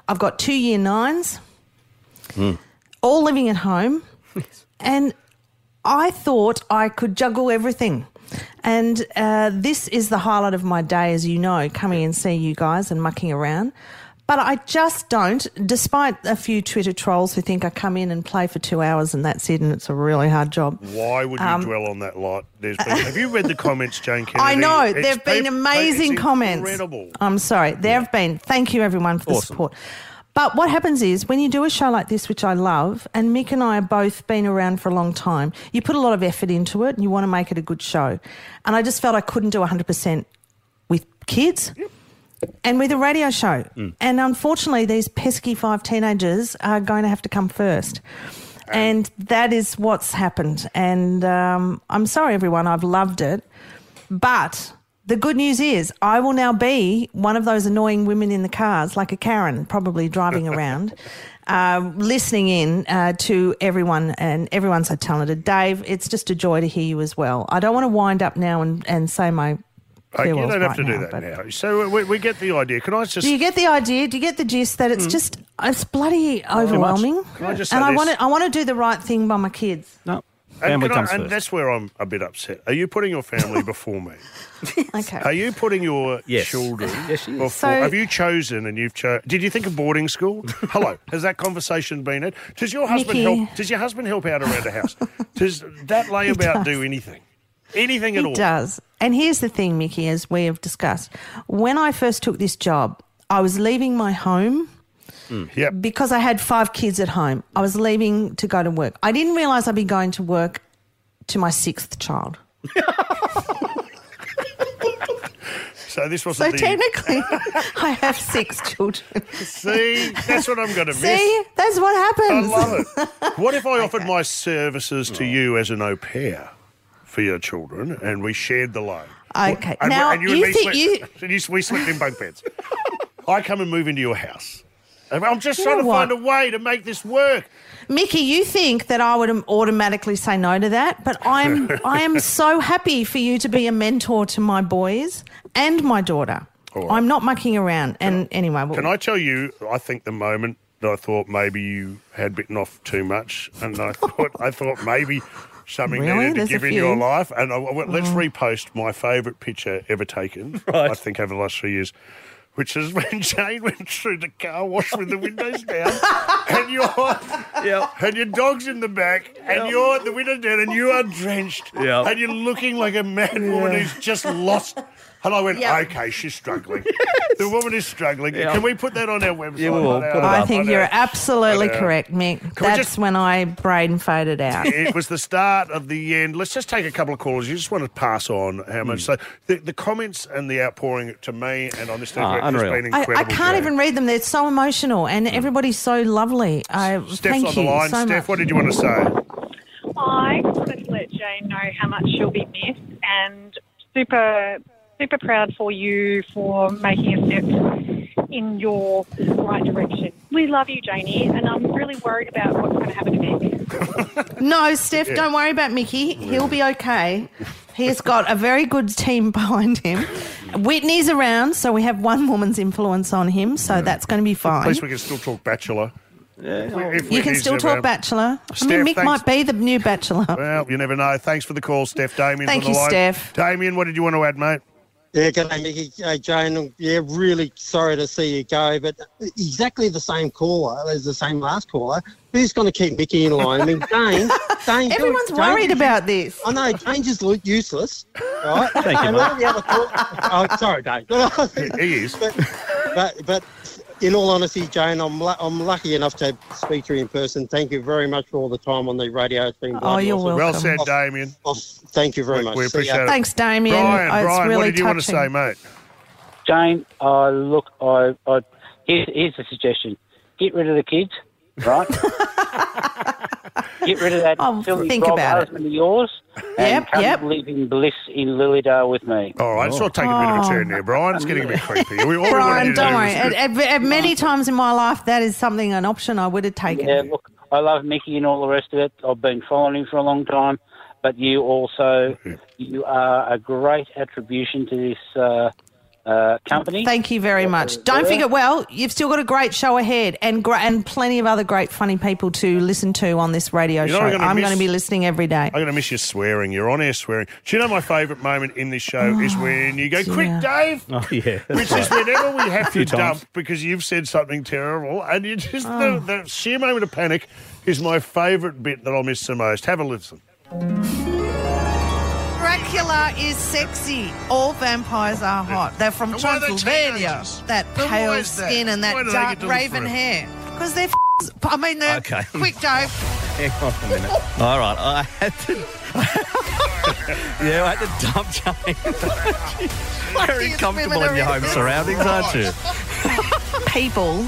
I've got two year nines,
Hmm.
all living at home. and I thought I could juggle everything. And uh, this is the highlight of my day, as you know, coming and seeing you guys and mucking around. But I just don't, despite a few Twitter trolls who think I come in and play for two hours and that's it and it's a really hard job.
Why would you
Um,
dwell on that lot? There's been, have you read the comments, Jane Kennedy?
I know.
It's
There have been
peop-
amazing
it's
comments.
Incredible.
I'm sorry. There have been. Thank you, everyone, for the
Awesome.
support. But what happens is when you do a show like this, which I love, and Mick and I have both been around for a long time, you put a lot of effort into it and you want to make it a good show. And I just felt I couldn't do 100% with kids and with a radio show. And unfortunately, these pesky five teenagers are going to have to come first. And that is what's happened. And um, I'm sorry, everyone, I've loved it. But the good news is, I will now be one of those annoying women in the cars, like a Karen, probably driving around, uh, listening in uh, to everyone, and everyone's so talented. Dave, it's just a joy to hear you as well. I don't want to wind up now and, and say my
Okay, you
farewells
don't have
right
to do
now,
that
but-
now. So uh, we, we get the idea. Can I just? Hmm.
do you get the idea? Do you get the gist that it's just it's bloody overwhelming?
Can I just say
and I
this?
want to I want to do the right thing by my kids.
No.
and,
Family
can I-
comes
and
first.
that's where I'm a bit upset. Are you putting your family before me?
Okay.
Are you putting your children before?
So-
have you chosen and you've chosen? Did you think of boarding school? Hello, has that conversation been had? Does your husband
Nicky.
help? Does your husband help out around the house? Does that layabout do anything? Anything at
he
all.
does. And here's the thing, Mickey, as we have discussed. When I first took this job, I was leaving my home
Mm. Yep.
because I had five kids at home. I was leaving to go to work. I didn't realize I'd be going to work to my sixth child.
So this
So
wasn't the.
technically, I have six children.
See, that's what I'm going to miss.
See, that's what
I
happens.
love it. What if I offered my services to you as an au pair for your children and we shared the loan?
Okay,
And, we-
now
and you,
you
and me
think you
slept, and you- we slept in bunk beds. I come and move into your house. And I'm just
You
trying
know
to find a way to make this work.
Mickey, you think that I would automatically say no to that, but I'm I am so happy for you to be a mentor to my boys and my daughter. I'm not mucking around. And anyway, well,
Can I tell you? I think the moment that I thought maybe you had bitten off too much, and I thought I thought maybe something
Really?
needed to
There's a
give in your
few.
life. And I, I went, let's
Oh.
repost my favourite picture ever taken. I think over the last few years. Which is when Jane went through the car wash with the windows down, and your and your dog's in the back, and you're at the window down, and you are drenched,
Yep.
and you're looking like a mad woman
Yeah.
who's just lost. And I went, okay, she's struggling. The woman is struggling.
Yeah.
Can we put that on our website?
Yeah, we will.
On our-
Put it
I
on
think
our-
you're absolutely
on our-
correct, Mick.
we
That's
just-
when I brain faded out.
it was the start of the end. Let's just take a couple of callers. You just want to pass on how much.
Hmm.
So the, the comments and the outpouring to me and on this
Ah,
network has
unreal.
been
I,
incredible.
I can't
Jane.
even read them. They're so emotional, and everybody's so lovely. I
Steph's
thank
on the
you
line.
so
Steph,
much.
what did you want to say?
I just wanted to let Jane know how much she'll be missed and super, super proud for you for making a step in your right direction. We love you, Janie, and I'm really worried about what's going to happen to Mick.
No, Steph,
Yeah.
don't worry about Mickey. He'll be okay. He's got a very good team behind him. Whitney's around, so we have one woman's influence on him, so that's going to be
At
fine.
least we can still talk Bachelor. If
You
we
can
need
still
to,
talk
um,
Bachelor. I
Steph,
mean, Mick
thanks.
might be the new Bachelor.
Well, you never know. Thanks for the call, Steph. Damien.
Thank
on the
you,
line.
Steph.
Damien, what did you want to add, mate?
Yeah, good day, Mickey. Hey, Jane. I'm- Yeah, really sorry to see you go, but exactly the same caller as the same last caller. Who's going to keep Mickey in line? I mean, Jane. Jane
Everyone's
Jane-
worried about this.
I know Jane just looked useless, right? Thank you, And mate. all the other call- oh, sorry, Dave.
he is.
But, but, but in all honesty, Jane, I'm lu- I'm lucky enough to speak to you in person. Thank you very much for all the time on the radio. It's been bloody awesome. Oh,
Well said, Damien.
Thank you very much.
We
See ya.
appreciate it.
Thanks, Damien.
Brian,
Oh, it's
Brian what
really
did you want to say,
touching.
mate?
Jane, uh, look, I, I here's, here's a suggestion: get rid of the kids, right? get rid of that filthy
think
Rob
about it.
husband of yours, and
Yep,
come
yep.
live in bliss in Lilydale with me. Oh.
All right, it's all taking a bit of a turn now, Brian. It's getting a bit creepy. We, all we wanted you
Brian,
to
don't
do
worry.
was-
At, at, at many times in my life, that is something, an option I would have taken.
Yeah, look, I love Mickey and all the rest of it. I've been following him for a long time, but you also, you are a great attribution to this uh, uh, company.
Thank you very much. Don't forget, well, you've still got a great show ahead and gr- and plenty of other great, funny people to listen to on this radio
You know
show.
what I'm gonna
I'm
miss?
going to be listening every day.
I'm going to miss your swearing. You're on air swearing. Do you know my favourite moment in this show is when you go, quick,
Oh, dear.
Dave?
Oh, yeah.
Which is whenever we have
Few
to
times.
dump because you've said something terrible, and you just
Oh.
the, the sheer moment of panic is my favourite bit that I'll miss the most. Have a listen.
Dracula is sexy. All vampires are hot. They're from
And why are they
Transylvania. That
Then why
pale
is that?
skin and
Why do
that
they get
dark
to look
raven
for it?
hair. Because they're. F- I mean, they're.
Okay.
Quick, Dave.
Hang on a minute. All right, I had to. yeah, I had to dump Jane. Very comfortable in your home surroundings, aren't you?
People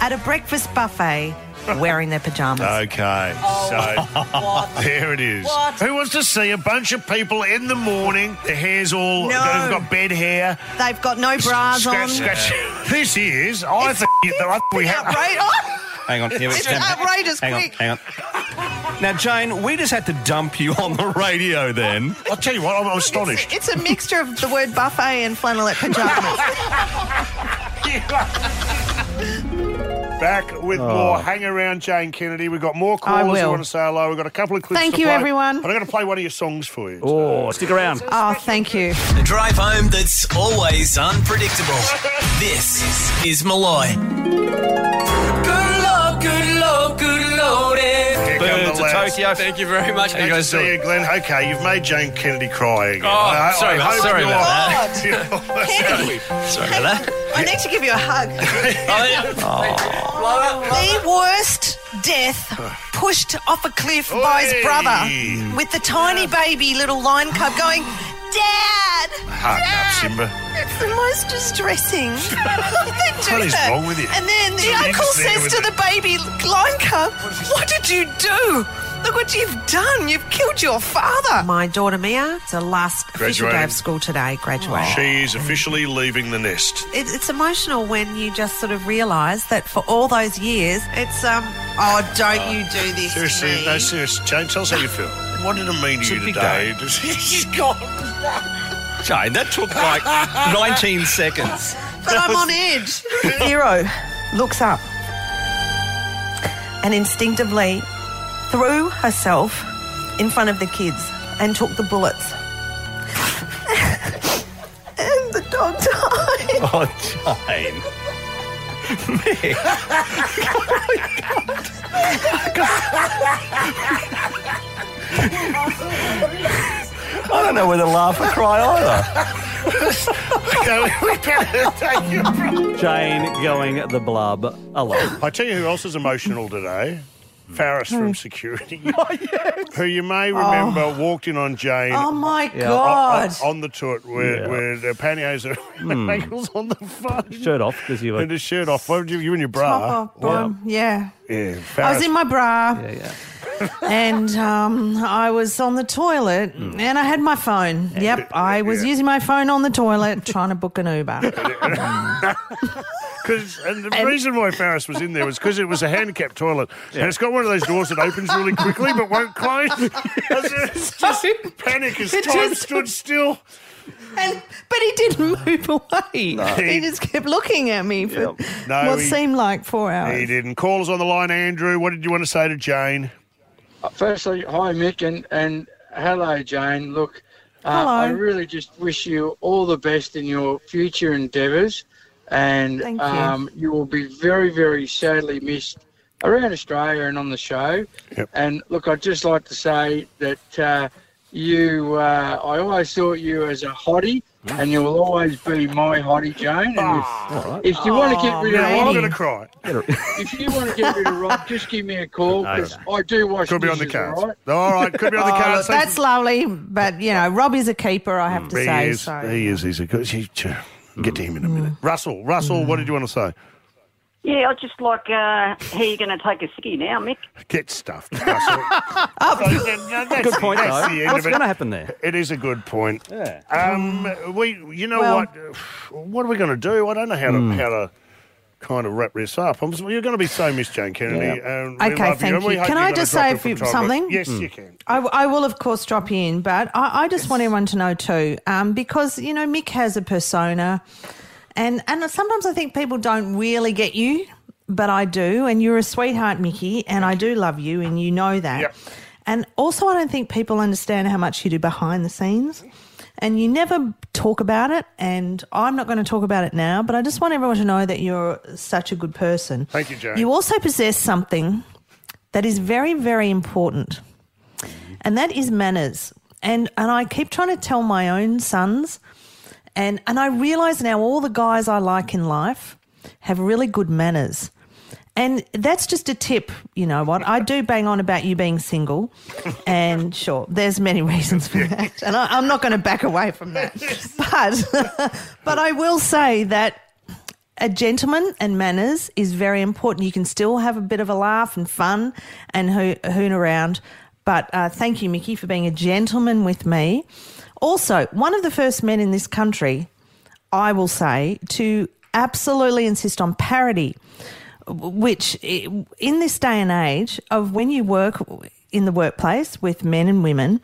at a breakfast buffet wearing their pajamas.
Okay, so there it is. Who wants to see a bunch of people in the morning? Their hair's all
No.
they've got bed hair.
They've got no bras on.
scratch, Scratch. This is. I think I think we have.
Right? Oh,
Hang on, here
It's
hang on.
outrageous,
Hang on,
quick.
hang on. Now, Jane, we just had to dump you on the radio. Then
I'll tell you what, I'm astonished.
it's a mixture of the word buffet and flannelette pajamas.
Back with
Oh.
more. Hang around, Jane Kennedy. We've got more
I
callers who
will.
want to say hello. We've got a couple of clips.
Thank
to
you,
play,
everyone.
And I'm going to play one of your songs for you.
Oh, stick around.
oh, thank you.
A drive home that's always unpredictable. This is Malloy.
Good luck, good luck, good loaded.
Here come the lads.
Righty-o. Thank you very much. How you guys
See you,
doing?
Glenn. Okay, you've made Jane Kennedy cry again.
Oh, sorry about- sorry about that.
Kennedy.
Sorry about that.
I need to give you a hug.
Oh.
The worst death pushed off a cliff by his brother with the tiny baby little lion cub going, Dad!
Harden up, Simba.
It's the most distressing. they do
What is
that.
wrong with you?
And then the
You're
uncle
just there
says
with
to the baby lion cub, What did you do? Look what you've done. You've killed your father. My daughter Mia, it's her last
official day of Graduating.
school today,
She is officially leaving the nest.
It, it's emotional when you just sort of realise that for all those years, it's um. Oh, don't you do this
Seriously,
to me?
no, seriously, Jane, tell us how you feel. What did it mean to you
big
today?
She's gone. Jane, that took like 19 seconds.
Oh.
But I'm on edge. Hero looks up and instinctively threw herself in front of the kids and took the bullets. and the dog died.
Oh, Jane. I don't know whether to laugh or cry
Oh, either.
Jane going at the blub alone.
I tell you who else is emotional today. Farris from security, who you may
Hmm. Oh.
remember walked in on Jane.
Oh, my
on-
God.
On, on the toilet where,
Yeah.
where the pantyhose are
Hmm.
ankles on the phone
Shirt off because you were.
and the shirt off. What did you, you and your bra?
Oh, bum. yeah.
Yeah,
I
Farris.
was in my bra.
Yeah, yeah.
and um, I was on the toilet
Hmm.
and I had my phone. Yep, I was using my phone on the toilet trying to book an Uber.
Because and the reason why Farris was in there was because it was a handicapped toilet, and it's got one of those doors that opens really quickly but won't close. it's just panic as
It
time
just-
stood still.
and But he didn't move away.
No.
He just kept looking at me for
No,
what
he-
seemed like four
He
hours.
didn't. Call us on the line, Andrew. What did you want to say to Jane?
Uh, Firstly, hi Mick and, and hello Jane. Look, uh, Hello. I really just wish you all the best in your future endeavours, and Thank you. um, you will be very very sadly missed around Australia and on the show. And look, I'd just like to say that uh, you, uh, I always thought you as a hottie,
Mm.
and you will always be my hottie, Jane. And if, if you want to get rid of,
Ah. I'm
Rob-
going to cry.
If you want to get rid of Rob, just give me a call because I do watch.
Could be on the
dishes,
cards.
all right?
All right, could be on the
Oh,
cards.
That's lovely, but you know, Rob is a keeper, I have to
Mm. he
say. Mm.
is.
So.
He is. He's a good. He, get to him in a minute. Russell. Russell. What did you want to say?
Yeah, I just like, uh, how you going to take a ciggy now, Mick? Oh, uh,
Get stuffed.
Up.
That's
Good point,
it. That's
though.
the end
What's
of it.
gonna happen there?
It is a good point.
Yeah.
Um, we, you know
Well-
what? What are we going to do? I don't know how
Mm.
to how to kind of wrap this up. I'm, you're going to be so Miss Jane Kennedy. and we
Okay,
love you,
thank
and
you.
we hope
Can
you're
I
gonna
just
drop
say
in
a
from
few-
time to-
something?
Yes,
Mm.
you can.
I, w- I will, of course, drop in, but I, I just want everyone to know too, um, because you know Mick has a persona, and and sometimes I think people don't really get you, but I do, and you're a sweetheart, Mickey, and I do love you, and you know that. And also, I don't think people understand how much you do behind the scenes. And you never talk about it, and I'm not going to talk about it now, but I just want everyone to know that you're such a good person.
Thank you, Jane.
You also possess something that is very, very important, and that is manners. And and I keep trying to tell my own sons, and and I realise now all the guys I like in life have really good manners. And that's just a tip, you know what? I do bang on about you being single, and sure, there's many reasons for that, and I, I'm not going to back away from that. But but I will say that a gentleman and manners is very important. You can still have a bit of a laugh and fun and ho- hoon around. But uh, thank you, Mickey, for being a gentleman with me. Also, one of the first men in this country, I will say, to absolutely insist on parity, w- which i- in this day and age of when you work in the workplace with men and women,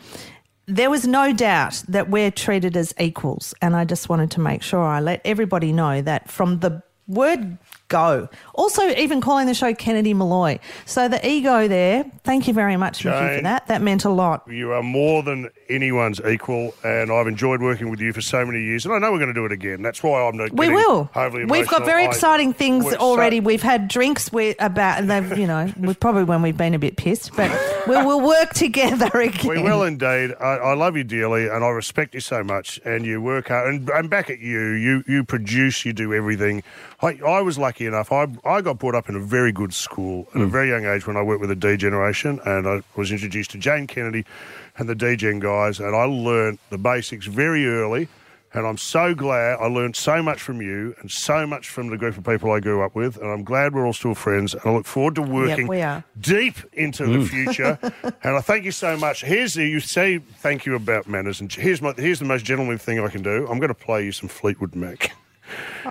there was no doubt that we're treated as equals. And I just wanted to make sure I let everybody know that from the word go. Also, even calling the show Kennedy Malloy. So the ego there, thank you very much, Mickey, for
Jane.
that. That meant a lot.
You are more than anyone's equal, and I've enjoyed working with you for so many years. And I know we're going to do it again. That's why I'm not.
We
getting
will.
Overly
We've got
emotional.
very
I-
exciting things
we're so-
already. We've had drinks with about, and they've, you know, we've probably when we've been a bit pissed, but we will work together again.
We will indeed. I, I love you dearly, and I respect you so much. And you work hard, and, and back at you. You you produce. You do everything. I, I was lucky enough. I I got brought up in a very good school
Hmm.
at a very young age when I worked with the D generation, and I was introduced to Jane Kennedy and the D Gen guys, and I learned the basics very early. And I'm so glad I learned so much from you and so much from the group of people I grew up with. And I'm glad we're all still friends. And I look forward to working
we are.
deep into
Mm.
the future. and I thank you so much. Here's the, you say thank you about manners. And here's, my, here's the most gentlemanly thing I can do I'm going to play you some Fleetwood Mac.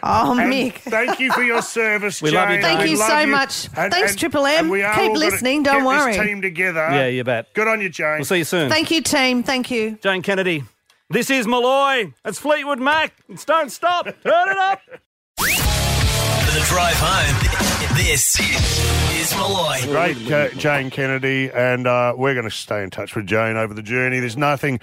Oh,
And
Mick.
Thank you for your service.
We love you,
Jane.
darling. Thank
We
you
love
so much. Thanks, Triple M.
and we are
Keep
all gonna
listening, don't
get this
worry.
team together.
Yeah, you bet.
Good on you, Jane.
We'll see you soon.
Thank you, team. Thank you.
Jane Kennedy. This is Malloy. It's Fleetwood Mac. It's Don't Stop. Turn it up.
For the drive home, this is Malloy.
Great uh, Jane Kennedy, and uh, we're going to stay in touch with Jane over the journey. There's nothing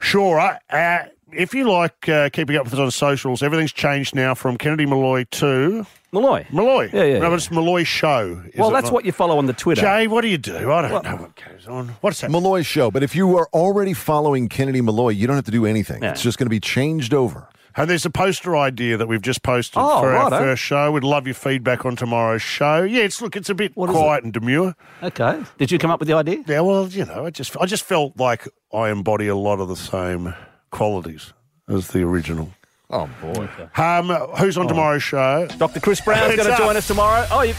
sure. I, uh, if you like uh, keeping up with us on socials, everything's changed now from Kennedy Malloy to
Malloy.
Malloy.
Yeah, yeah,
No,
yeah.
but it's Malloy Show. is
well,
it
that's
not?
what you follow on the Twitter.
Jay, what do you do? I don't know what goes on. What's that?
Malloy show. But if you are already following Kennedy Malloy, you don't have to do anything. It's just going to be changed over.
And there's a poster idea that we've just posted
Oh,
for our
righto.
first show. We'd love your feedback on tomorrow's show. Yeah, it's look, it's a bit
is
quiet and demure.
Okay. Did you come up with the idea?
Yeah, well, you know, I just I just felt like I embody a lot of the same qualities as the original.
Oh boy.
Um, who's on tomorrow's show?
Dr. Oh. Chris Brown's
It's
going to
up.
join us tomorrow. Oh, you.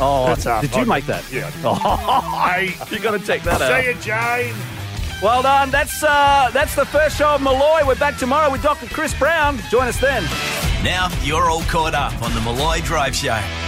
Oh,
It's up.
did you
I-
make that?
Yeah.
Oh, you're going to take that out.
See you, Jane.
Well done. That's uh, that's the first show of Malloy. We're back tomorrow with Dr. Chris Brown. Join us then.
Now you're all caught up on the Malloy Drive Show.